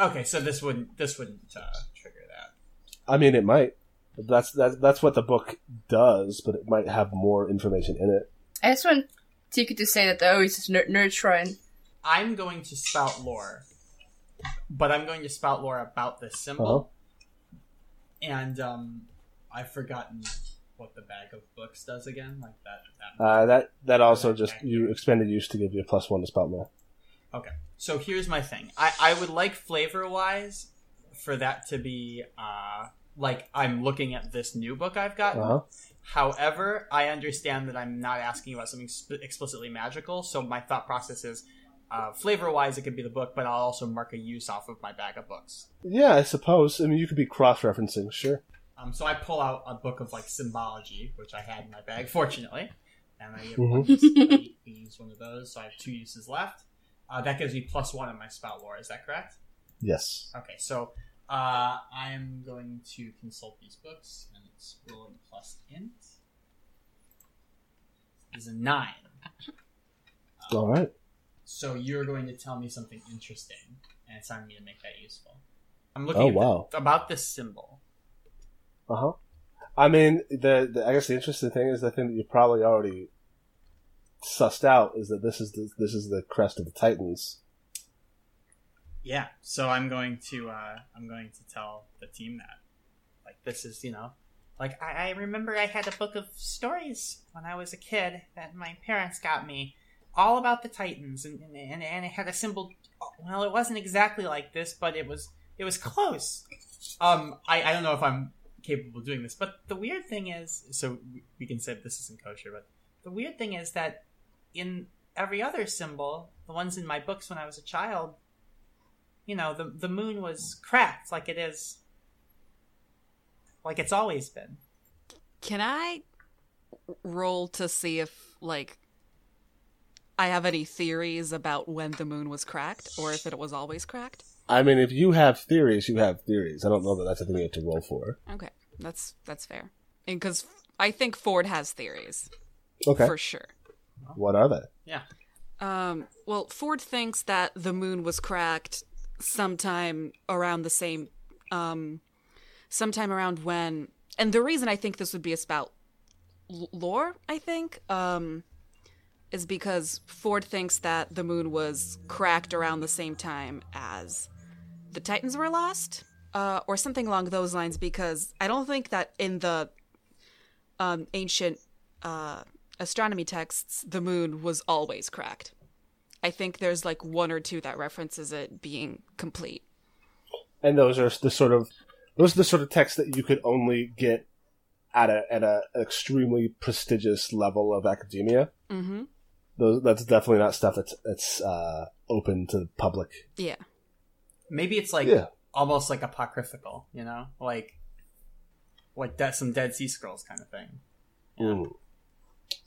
Speaker 5: Okay, so this wouldn't this wouldn't uh, trigger that.
Speaker 1: I mean, it might. That's that's that's what the book does, but it might have more information in it.
Speaker 6: I just want Tiku to say that, oh, it's just ner- nerd shrine.
Speaker 5: I'm going to spout lore, but I'm going to spout lore about this
Speaker 1: Uh-huh.
Speaker 5: symbol, and um, I've forgotten what the bag of books does again. Like that. that
Speaker 1: Uh, that that also just you expanded use to give you a plus one to spell lore.
Speaker 5: Okay. So here's my thing. I, I would like flavor wise for that to be uh, like I'm looking at this new book I've gotten.
Speaker 1: Uh-huh.
Speaker 5: However, I understand that I'm not asking about something sp- explicitly magical. So my thought process is uh, flavor wise, it could be the book, but I'll also mark a use off of my bag of books.
Speaker 1: Yeah, I suppose. I mean, you could be cross referencing, sure.
Speaker 5: Um, so I pull out a book of like symbology, which I had in my bag, fortunately, and I, give one use, I use one of those, so I have two uses left. Uh, that gives me plus one in my spell lore. Is that correct?
Speaker 1: Yes.
Speaker 5: Okay, so uh, I am going to consult these books, and it's rolling plus int. Is a nine.
Speaker 1: All right.
Speaker 5: So you're going to tell me something interesting, and it's on me to make that useful. I'm
Speaker 1: Oh,
Speaker 5: looking at the-
Speaker 1: wow.
Speaker 5: about this symbol.
Speaker 1: Uh huh. I mean, the, the I guess the interesting thing is the thing that you probably already sussed out is that this is the, this is the crest of the Titans.
Speaker 5: Yeah. So I'm going to uh, I'm going to tell the team that like this is you know like I, I remember I had a book of stories when I was a kid that my parents got me all about the Titans and and, and, and it had a symbol. Well, it wasn't exactly like this, but it was it was close. Um, I I don't know if I'm capable of doing this, but the weird thing is, so we- we can say this isn't kosher, but the weird thing is that in every other symbol, the ones in my books when I was a child, you know the the moon was cracked like it is like it's always been
Speaker 4: Can I roll to see if like I have any theories about when the moon was cracked or if it was always cracked?
Speaker 1: I mean, if you have theories, you have theories. I don't know that that's a thing you have to roll for.
Speaker 4: Okay, that's that's fair. And because I think Ford has theories
Speaker 1: Okay.
Speaker 4: for sure.
Speaker 1: What are they?
Speaker 5: yeah
Speaker 4: Um, well, Ford thinks that the moon was cracked sometime around the same, um, sometime around when. And the reason I think this would be a spout l- lore, I think, um, is because Ford thinks that the moon was cracked around the same time as the Titans were lost, uh, or something along those lines. Because I don't think that in the um, ancient uh, astronomy texts, the moon was always cracked. I think there's like one or two that references it being complete.
Speaker 1: And those are the sort of those are the sort of texts that you could only get at a at a extremely prestigious level of academia.
Speaker 4: Mm-hmm.
Speaker 1: Those that's definitely not stuff that's that's uh, open to the public.
Speaker 4: Yeah.
Speaker 5: maybe it's like
Speaker 1: Yeah.
Speaker 5: almost like apocryphal you know like like that some dead sea scrolls kind of thing
Speaker 1: Mm.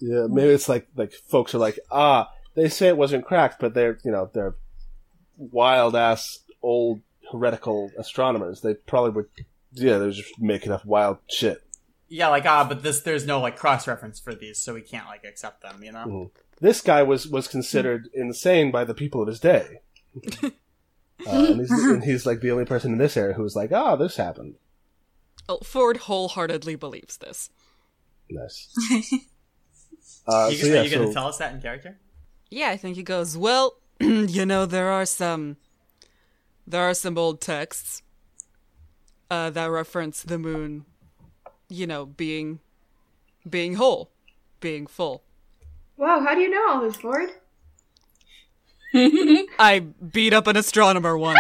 Speaker 1: Yeah, maybe it's like like folks are like, ah, they say it wasn't cracked, but they're you know they're wild ass old heretical astronomers. They probably would, yeah, they're just making up wild shit.
Speaker 5: yeah like ah but this there's no like cross reference for these so we can't like accept them you know
Speaker 1: Mm. This guy was was considered insane by the people of his day, uh, and, he's, and he's like the only person in this area who was like, ah, this happened.
Speaker 4: Oh, Ford wholeheartedly believes this.
Speaker 1: Nice. Uh,
Speaker 5: you,
Speaker 1: so
Speaker 5: are
Speaker 1: yeah,
Speaker 5: you gonna
Speaker 1: so
Speaker 5: tell us that in character
Speaker 4: Yeah, I think he goes, Well, you know, there are some there are some old texts uh, that reference the moon, you know, being being whole, being full.
Speaker 3: Wow, how do you know all this, Ford?
Speaker 4: I beat up an astronomer once.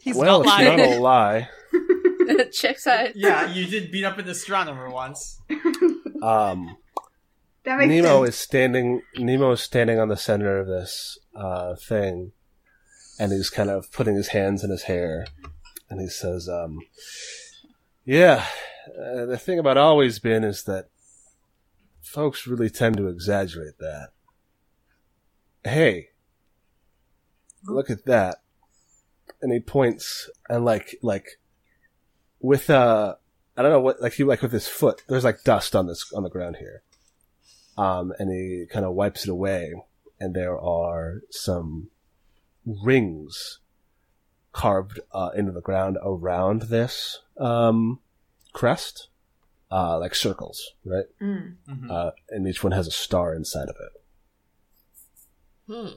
Speaker 4: He's
Speaker 1: well,
Speaker 4: not
Speaker 1: it's not
Speaker 4: lying.
Speaker 1: a lie.
Speaker 6: Checks out.
Speaker 5: yeah you did beat up an astronomer once
Speaker 1: Um,
Speaker 3: That makes
Speaker 1: Nemo
Speaker 3: sense.
Speaker 1: is standing. Nemo is standing on the center of this uh, thing, and he's kind of putting his hands in his hair, and he says, um, "Yeah, uh, the thing about always been is that folks really tend to exaggerate that. Hey, look at that!" And he points, and like, like with uh, I don't know what, like he like with his foot. There's like dust on this on the ground here um, and he kind of wipes it away, and there are some rings carved uh, into the ground around this um, crest, uh, like circles, right?
Speaker 3: Mm.
Speaker 5: Mhm.
Speaker 1: Uh, and each one has a star inside of it.
Speaker 6: Hmm.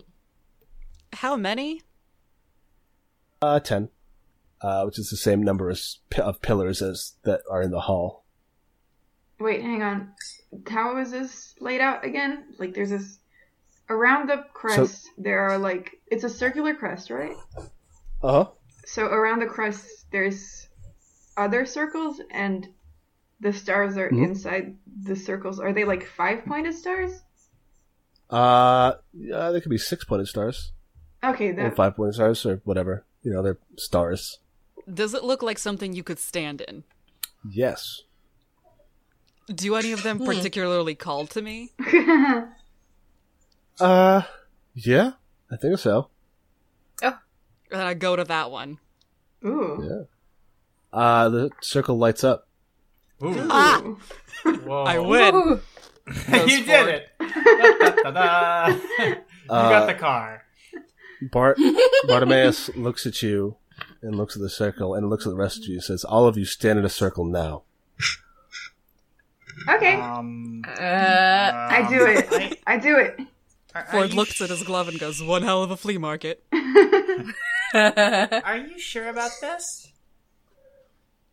Speaker 4: How many?
Speaker 1: Uh, ten, uh, which is the same number as, of pillars as that are in the hall.
Speaker 3: Wait, hang on. How is this laid out again? Like, there's this around the crest. there are like it's a circular crest, right?
Speaker 1: Uh huh.
Speaker 3: So around the crest, there's other circles, and the stars are
Speaker 1: Mhm.
Speaker 3: inside the circles. Are they like five-pointed stars?
Speaker 1: Uh, yeah, there could be six-pointed stars
Speaker 3: Okay,
Speaker 1: or
Speaker 3: that
Speaker 1: five-pointed stars or whatever. You know, they're stars.
Speaker 4: Does it look like something you could stand in?
Speaker 1: Yes.
Speaker 4: Do any of them particularly call to me?
Speaker 1: Uh, yeah, I think so.
Speaker 4: Then I go to that one.
Speaker 3: Ooh.
Speaker 1: Yeah. Uh, the circle lights up.
Speaker 5: Ooh.
Speaker 4: Ah,
Speaker 3: Ooh.
Speaker 5: Whoa.
Speaker 4: I win.
Speaker 3: Ooh.
Speaker 5: you did it. Da-da-da-da. you got
Speaker 1: Uh,
Speaker 5: the car.
Speaker 1: Bart Bartimaeus looks at you and looks at the circle and looks at the rest of you and says, All of you stand in a circle now.
Speaker 3: Okay.
Speaker 5: Um,
Speaker 6: Uh,
Speaker 3: I do it.
Speaker 5: I-
Speaker 3: I do it.
Speaker 5: are- are
Speaker 4: Ford
Speaker 5: you
Speaker 4: looks at his glove and goes, "One hell of a flea market."
Speaker 5: sh- Are you sure about this?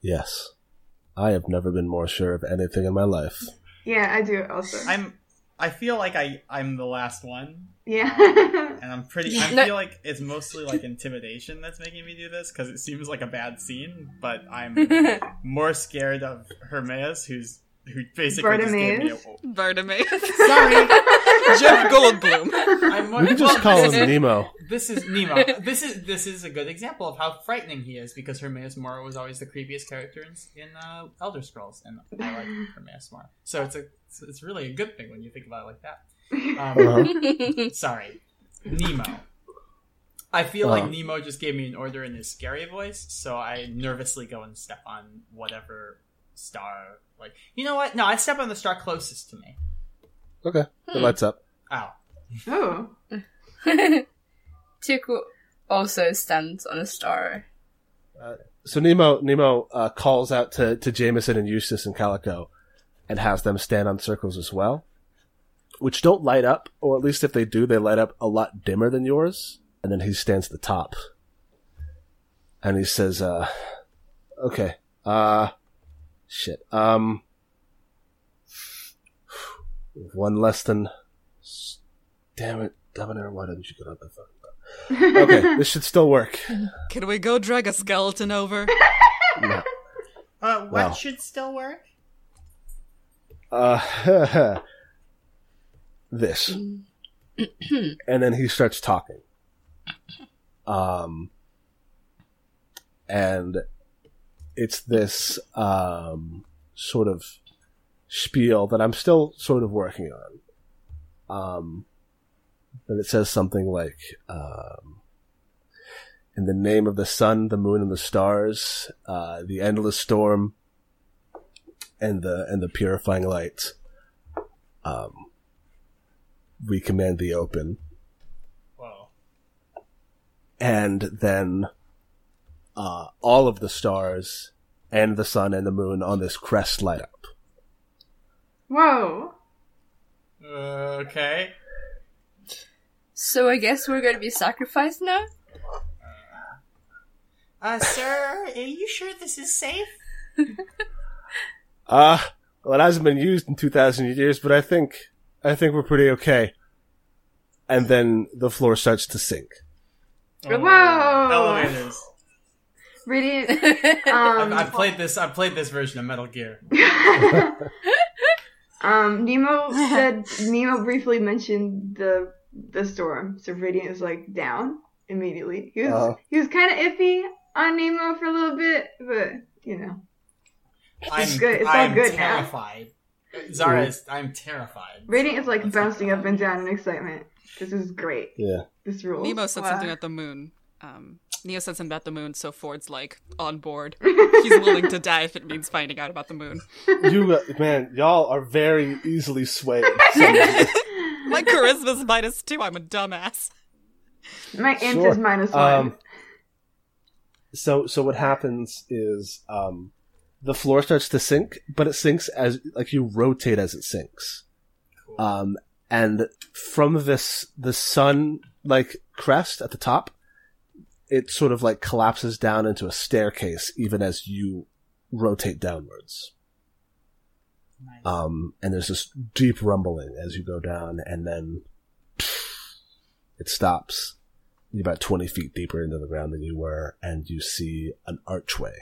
Speaker 1: Yes. I have never been more sure of anything in my life.
Speaker 3: Yeah, I do it also.
Speaker 5: I'm. I feel like I I'm the last one,
Speaker 3: yeah.
Speaker 5: and I'm pretty. I
Speaker 6: No.
Speaker 5: feel like it's mostly like intimidation that's making me do this because it seems like a bad scene, but I'm more scared of Hermes, who's who basically just
Speaker 3: Bartimaeus?
Speaker 5: gave me
Speaker 4: Bartimaeus.
Speaker 5: a. Sorry,
Speaker 4: Jeff Goldblum.
Speaker 5: I'm more,
Speaker 1: We can just
Speaker 5: well,
Speaker 1: call
Speaker 5: this
Speaker 1: him
Speaker 5: is-
Speaker 1: Nemo.
Speaker 5: This is Nemo. This is this is a good example of how frightening he is because Hermes Mora was always the creepiest character in, in uh, Elder Scrolls, and I like Hermes Mora. So it's a it's- it's really a good thing when you think about it like that.
Speaker 1: Uh-huh.
Speaker 5: Um,
Speaker 6: Uh,
Speaker 5: Sorry, Nemo. I feel
Speaker 1: Uh-huh.
Speaker 5: like Nemo just gave me an order in his scary voice, so I nervously go and step on whatever star. Like you know what? No, I step on the star closest to me.
Speaker 1: Okay. It lights up.
Speaker 5: Ow.
Speaker 3: Oh.
Speaker 6: Tuku also stands on a star.
Speaker 1: So Nemo Nemo uh, calls out to, to Jameson and Eustace and Calico and has them stand on circles as well. Which don't light up, or at least if they do, they light up a lot dimmer than yours. And then he stands at the top. And he says, uh Okay. Uh shit. Um one less than damn it, Dominic, why didn't you get on the phone? Okay, this should still work.
Speaker 4: Can we go drag a skeleton over?
Speaker 1: No.
Speaker 5: Uh, what
Speaker 1: Wow.
Speaker 5: should still work?
Speaker 1: uh, this. and then he starts talking. Um, and it's this um, sort of spiel that I'm still sort of working on. Um, but it says something like, um, in the name of the sun, the moon, and the stars, uh, the endless storm, and the and the purifying light. Um, we command the open,
Speaker 5: Whoa.
Speaker 1: and then uh, all of the stars and the sun and the moon on this crest light up.
Speaker 3: Whoa.
Speaker 5: Okay.
Speaker 6: So I guess we're gonna be sacrificed now?
Speaker 5: Uh, sir, are you sure this is safe?
Speaker 1: Ah, well, it hasn't been used in two thousand years, but I think I think we're pretty okay. And then the floor starts to sink.
Speaker 3: Whoa.
Speaker 5: Oh, Elevators.
Speaker 3: Radiant.
Speaker 5: I've,
Speaker 3: Um,
Speaker 5: I've played this. I've played this version of Metal Gear.
Speaker 3: um, Nemo said Nemo briefly mentioned the the storm, so Radiant is like down immediately. He was
Speaker 1: Uh-huh.
Speaker 3: he was kind of iffy on Nemo for a little bit, but you know.
Speaker 5: I'm,
Speaker 3: good. It's all
Speaker 5: I'm
Speaker 3: good now.
Speaker 5: terrified. Zara is. I'm terrified.
Speaker 3: Radiant is like bouncing up and down in excitement. This is great.
Speaker 1: Yeah.
Speaker 3: This rules.
Speaker 4: Nemo said
Speaker 8: Wow.
Speaker 4: something about the moon. Um, Neo said something about the moon, so Ford's like on board. He's willing to die if it means finding out about the moon.
Speaker 1: you man, y'all are very easily swayed.
Speaker 4: My charisma's minus two. I'm a dumbass.
Speaker 3: My int
Speaker 1: Sure.
Speaker 3: is minus one.
Speaker 1: Um, so so what happens is um, the floor starts to sink, but it sinks as like you rotate as it sinks. Um, and from this the sun like crest at the top, it sort of like collapses down into a staircase, even as you rotate downwards. Um, and there's this deep rumbling as you go down, and then it stops. You're about 20 feet deeper into the ground than you were, and you see an archway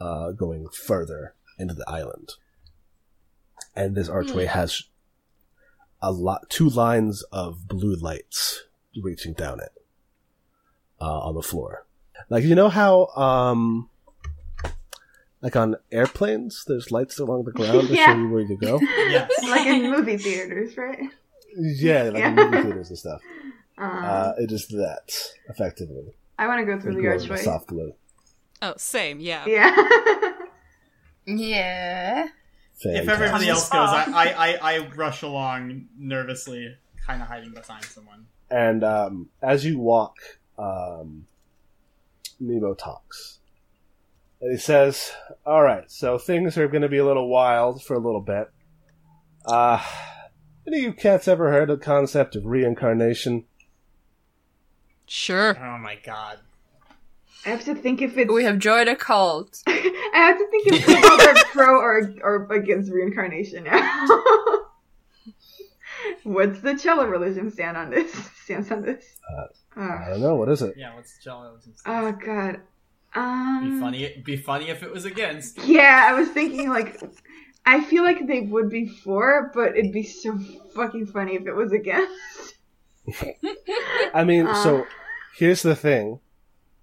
Speaker 1: uh, going further into the island. And this archway
Speaker 3: Hmm.
Speaker 1: has a lot, two lines of blue lights reaching down it. uh, on the floor. Like you know how um like on airplanes there's lights along the ground to show
Speaker 3: Yeah.
Speaker 1: you where you go.
Speaker 5: Yes.
Speaker 3: like in movie theaters, right?
Speaker 1: Yeah, like in
Speaker 3: Yeah.
Speaker 1: movie theaters and stuff.
Speaker 3: Um,
Speaker 1: Uh, it is that effectively.
Speaker 3: I want to go
Speaker 1: They're
Speaker 3: through the
Speaker 1: glowing with
Speaker 3: archway.
Speaker 1: soft glue.
Speaker 4: Oh, same, yeah.
Speaker 3: Yeah.
Speaker 6: Yeah.
Speaker 5: If
Speaker 1: Fantastic.
Speaker 5: everybody else goes, I,
Speaker 8: Aw.
Speaker 5: I, I, I rush along nervously, kind of hiding behind someone.
Speaker 1: And um, as you walk, um, Nemo talks. And he says, All right, so things are going to be a little wild for a little bit. Uh, any of you cats ever heard of the concept of reincarnation?
Speaker 4: Sure.
Speaker 5: Oh my god.
Speaker 3: I have to think if it's.
Speaker 6: We have joined a cult.
Speaker 3: I have to think if people are pro or or against reincarnation now. What's the cello religion stand on this? Stance on this?
Speaker 1: I
Speaker 3: Uh,
Speaker 1: don't know. What is it?
Speaker 5: Yeah, what's Jello?
Speaker 3: oh God. Um,
Speaker 5: Be funny. It'd be funny if it was against.
Speaker 3: Yeah, I was thinking like, I feel like they would be for, but it'd be so fucking funny if it was against.
Speaker 1: I mean,
Speaker 3: Uh.
Speaker 1: so here's the thing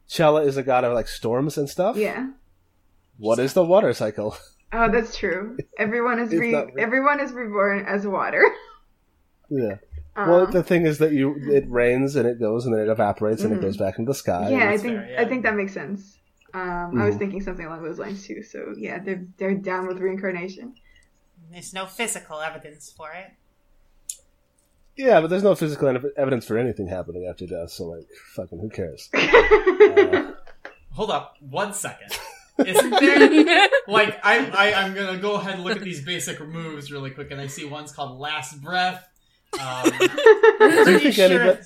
Speaker 1: Chela is a god of like storms and stuff.
Speaker 3: Yeah.
Speaker 1: What is the water cycle?
Speaker 3: Oh, that's true. Everyone is
Speaker 1: It's
Speaker 3: re-
Speaker 1: not re-
Speaker 3: everyone is reborn as water.
Speaker 1: yeah.
Speaker 3: Um,
Speaker 1: well, the thing is that you it rains and it goes and then it evaporates and
Speaker 3: Mhm.
Speaker 1: it goes back into the sky.
Speaker 3: yeah, I
Speaker 5: that's
Speaker 3: think
Speaker 5: fair, yeah.
Speaker 3: I think that makes sense. Um, I was
Speaker 1: Mhm.
Speaker 3: thinking something along those lines too. So yeah, they're they're down with reincarnation.
Speaker 9: There's no physical evidence for it.
Speaker 1: Yeah, but there's no physical ev- evidence for anything happening after death, so like, fucking, who cares? Uh,
Speaker 5: Hold up, one second. Isn't there like I, I I'm gonna go ahead and look at these basic moves really quick, and I see one's called Last Breath. Um,
Speaker 1: do you
Speaker 5: pretty
Speaker 1: think
Speaker 5: sure-
Speaker 1: anybody?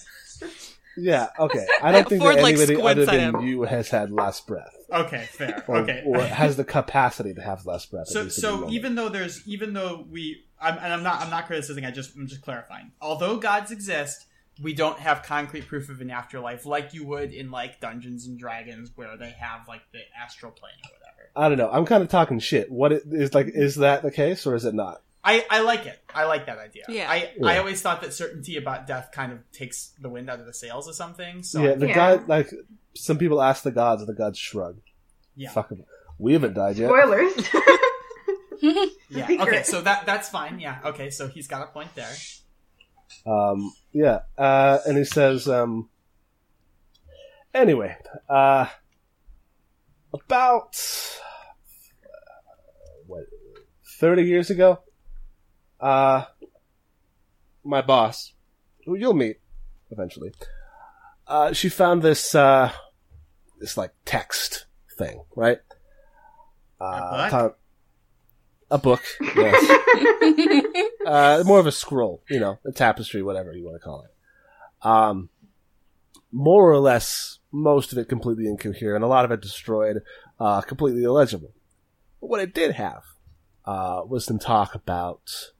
Speaker 1: Yeah, okay. I don't think
Speaker 4: Ford,
Speaker 1: that
Speaker 4: like,
Speaker 1: anybody
Speaker 4: squints
Speaker 1: other
Speaker 4: at
Speaker 1: than
Speaker 4: him.
Speaker 1: you has had last breath,
Speaker 5: Okay, fair.
Speaker 1: or,
Speaker 5: okay.
Speaker 1: or has the capacity to have last breath. at
Speaker 5: so
Speaker 1: least at the
Speaker 5: so
Speaker 1: moment.
Speaker 5: even though there's even though we I'm, and I'm not I'm not criticizing I just I'm just clarifying although gods exist we don't have concrete proof of an afterlife like you would in like Dungeons and Dragons where they have like the astral plane or whatever
Speaker 1: I don't know. I'm kind of talking shit. What it, is like? Is that the case, or is it not?
Speaker 5: I I like it I like that idea
Speaker 4: Yeah.
Speaker 5: I
Speaker 1: Yeah.
Speaker 5: I always thought that certainty about death kind of takes the wind out of the sails of something so
Speaker 1: yeah, the
Speaker 3: Yeah.
Speaker 1: god. Like some people ask the gods, the gods shrug.
Speaker 5: Yeah.
Speaker 1: Fuck 'em. We haven't died yet.
Speaker 3: Spoilers.
Speaker 5: yeah
Speaker 3: secret.
Speaker 5: okay so that that's fine yeah okay so he's got a point there
Speaker 1: Um, yeah, uh, and he says, um, anyway, uh, about uh, what thirty years ago, uh, my boss, who you'll meet eventually, uh, she found this uh, this like text thing, right? Uh,
Speaker 5: book?
Speaker 1: ti- a book, yes uh, more of a scroll, you know, a tapestry, whatever you want to call it. Um, more or less, most of it completely incoherent, a lot of it destroyed, uh, completely illegible. But what it did have uh, was some talk about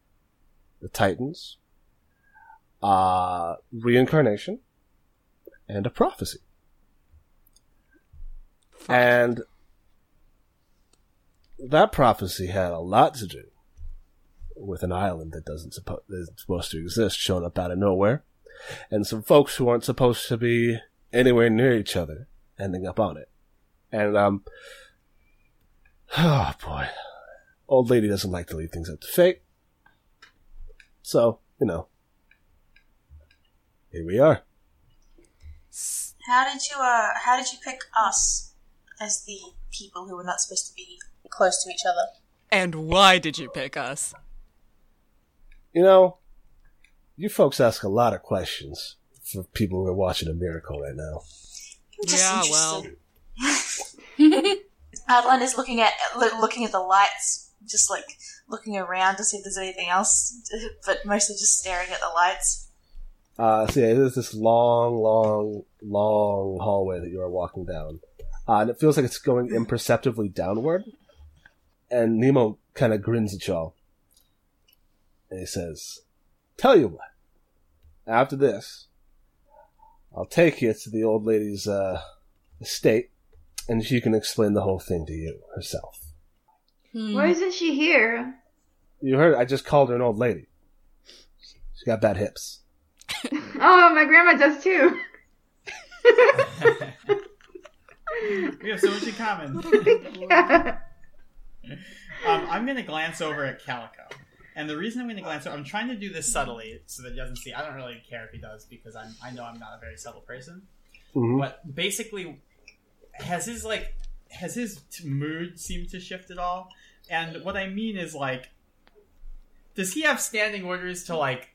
Speaker 1: the Titans, uh, reincarnation, and a prophecy. And that prophecy had a lot to do with an island that doesn't suppo- isn't supposed to exist showing up out of nowhere, and some folks who aren't supposed to be anywhere near each other ending up on it. And um, oh boy, old lady doesn't like to leave things up to fate, so you know, here we are.
Speaker 8: How did you uh how did you pick us as the people who were not supposed to be close to each other?
Speaker 4: And why did you pick us?
Speaker 1: You know, you folks ask a lot of questions for people who are watching a miracle right now.
Speaker 8: I'm just
Speaker 4: Yeah,
Speaker 8: interested.
Speaker 4: well.
Speaker 8: Adeline is looking at loo- looking at the lights, just like looking around to see if there's anything else, but mostly just staring at the lights.
Speaker 1: Uh, so yeah, there's this long, long, long hallway that you are walking down, uh, and it feels like it's going imperceptibly downward. And Nemo kind of grins at y'all, and he says, "Tell you what, after this, I'll take you to the old lady's uh, estate, and she can explain the whole thing to you herself."
Speaker 3: Why isn't she here?
Speaker 1: You heard? I just called her an old lady. She got bad hips.
Speaker 3: Oh, my grandma does too.
Speaker 5: we have so much in common. Um, I'm going to glance over at Calico. And the reason I'm going to glance over, I'm trying to do this subtly so that he doesn't see. I don't really care if he does because I'm, I know I'm not a very subtle person.
Speaker 10: Mhm.
Speaker 5: But basically, has his like has his t- mood seemed to shift at all? And what I mean is like, does he have standing orders to like,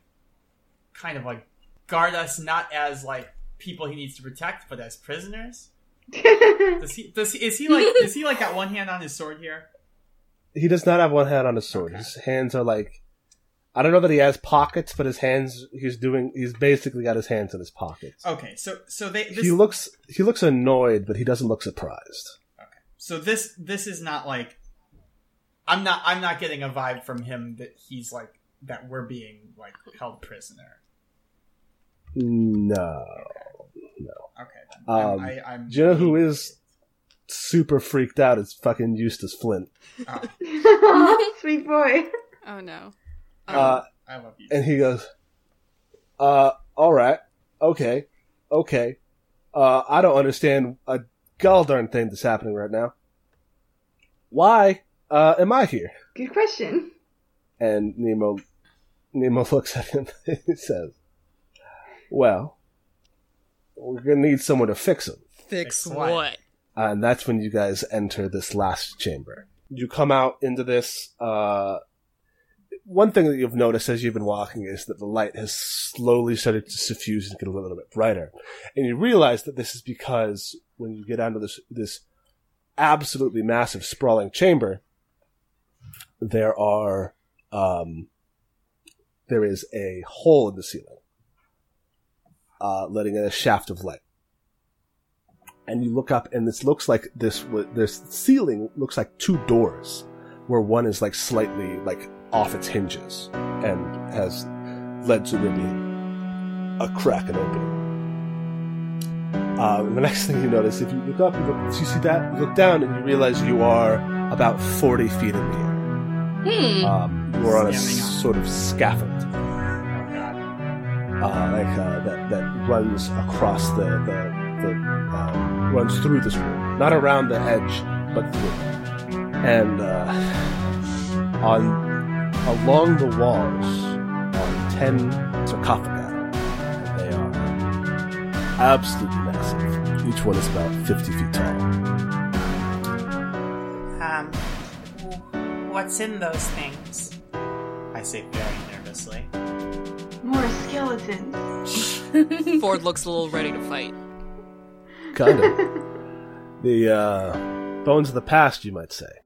Speaker 5: kind of like guard us not as like people he needs to protect, but as prisoners? Does he does he is he like is he like got one hand on his sword here?
Speaker 1: He does not have one hand on his sword. His hands are like I don't know that he has pockets, but his hands he's doing he's basically got his hands in his pockets.
Speaker 5: Okay, so so they Oh, this,
Speaker 1: he looks he looks annoyed, but he doesn't look surprised.
Speaker 5: so this this is not like I'm not I'm not getting a vibe from him that he's like that we're being like held prisoner.
Speaker 1: No.
Speaker 5: Okay, then. I'm-
Speaker 1: Um,
Speaker 5: I, I'm
Speaker 1: do you know who is super freaked out is fucking Eustace Flint.
Speaker 3: Sweet boy.
Speaker 4: Oh no.
Speaker 1: Uh,
Speaker 5: I love you.
Speaker 1: and he goes, uh, all right, okay, okay. Uh, I don't understand a gall darn thing that's happening right now. Why uh, am I here?
Speaker 3: Good question.
Speaker 1: And Nemo, Nemo looks at him and says, "Well, we're gonna need someone to fix him."
Speaker 4: Fix
Speaker 5: what?
Speaker 4: what?
Speaker 1: Uh, and that's when you guys enter this last chamber. You come out into this. Uh, one thing that you've noticed as you've been walking is that the light has slowly started to suffuse and get a little bit brighter, and you realize that this is because when you get out of this this absolutely massive sprawling chamber, there are um, there is a hole in the ceiling, uh, letting in a shaft of light and you look up and this looks like this w- this ceiling looks like two doors where one is like slightly like off its hinges and has led to there being a crack and opening uh, and the next thing you notice if you look up you, look, you see that you look down and you realize you are about 40 feet in the air
Speaker 6: Hmm.
Speaker 1: um, you're on a
Speaker 5: Standing up.
Speaker 1: sort of scaffold
Speaker 5: Oh, God.
Speaker 1: uh, like uh, that that runs across the the, the uh, runs through this room, not around the edge, but through. And uh, on along the walls are ten sarcophagi. And They are absolutely massive. Each one is about fifty feet tall.
Speaker 11: Um, w- what's in those things?
Speaker 5: I say very nervously.
Speaker 3: More skeletons.
Speaker 4: Ford looks a little ready to fight.
Speaker 1: Kind of the uh, bones of the past, you might say.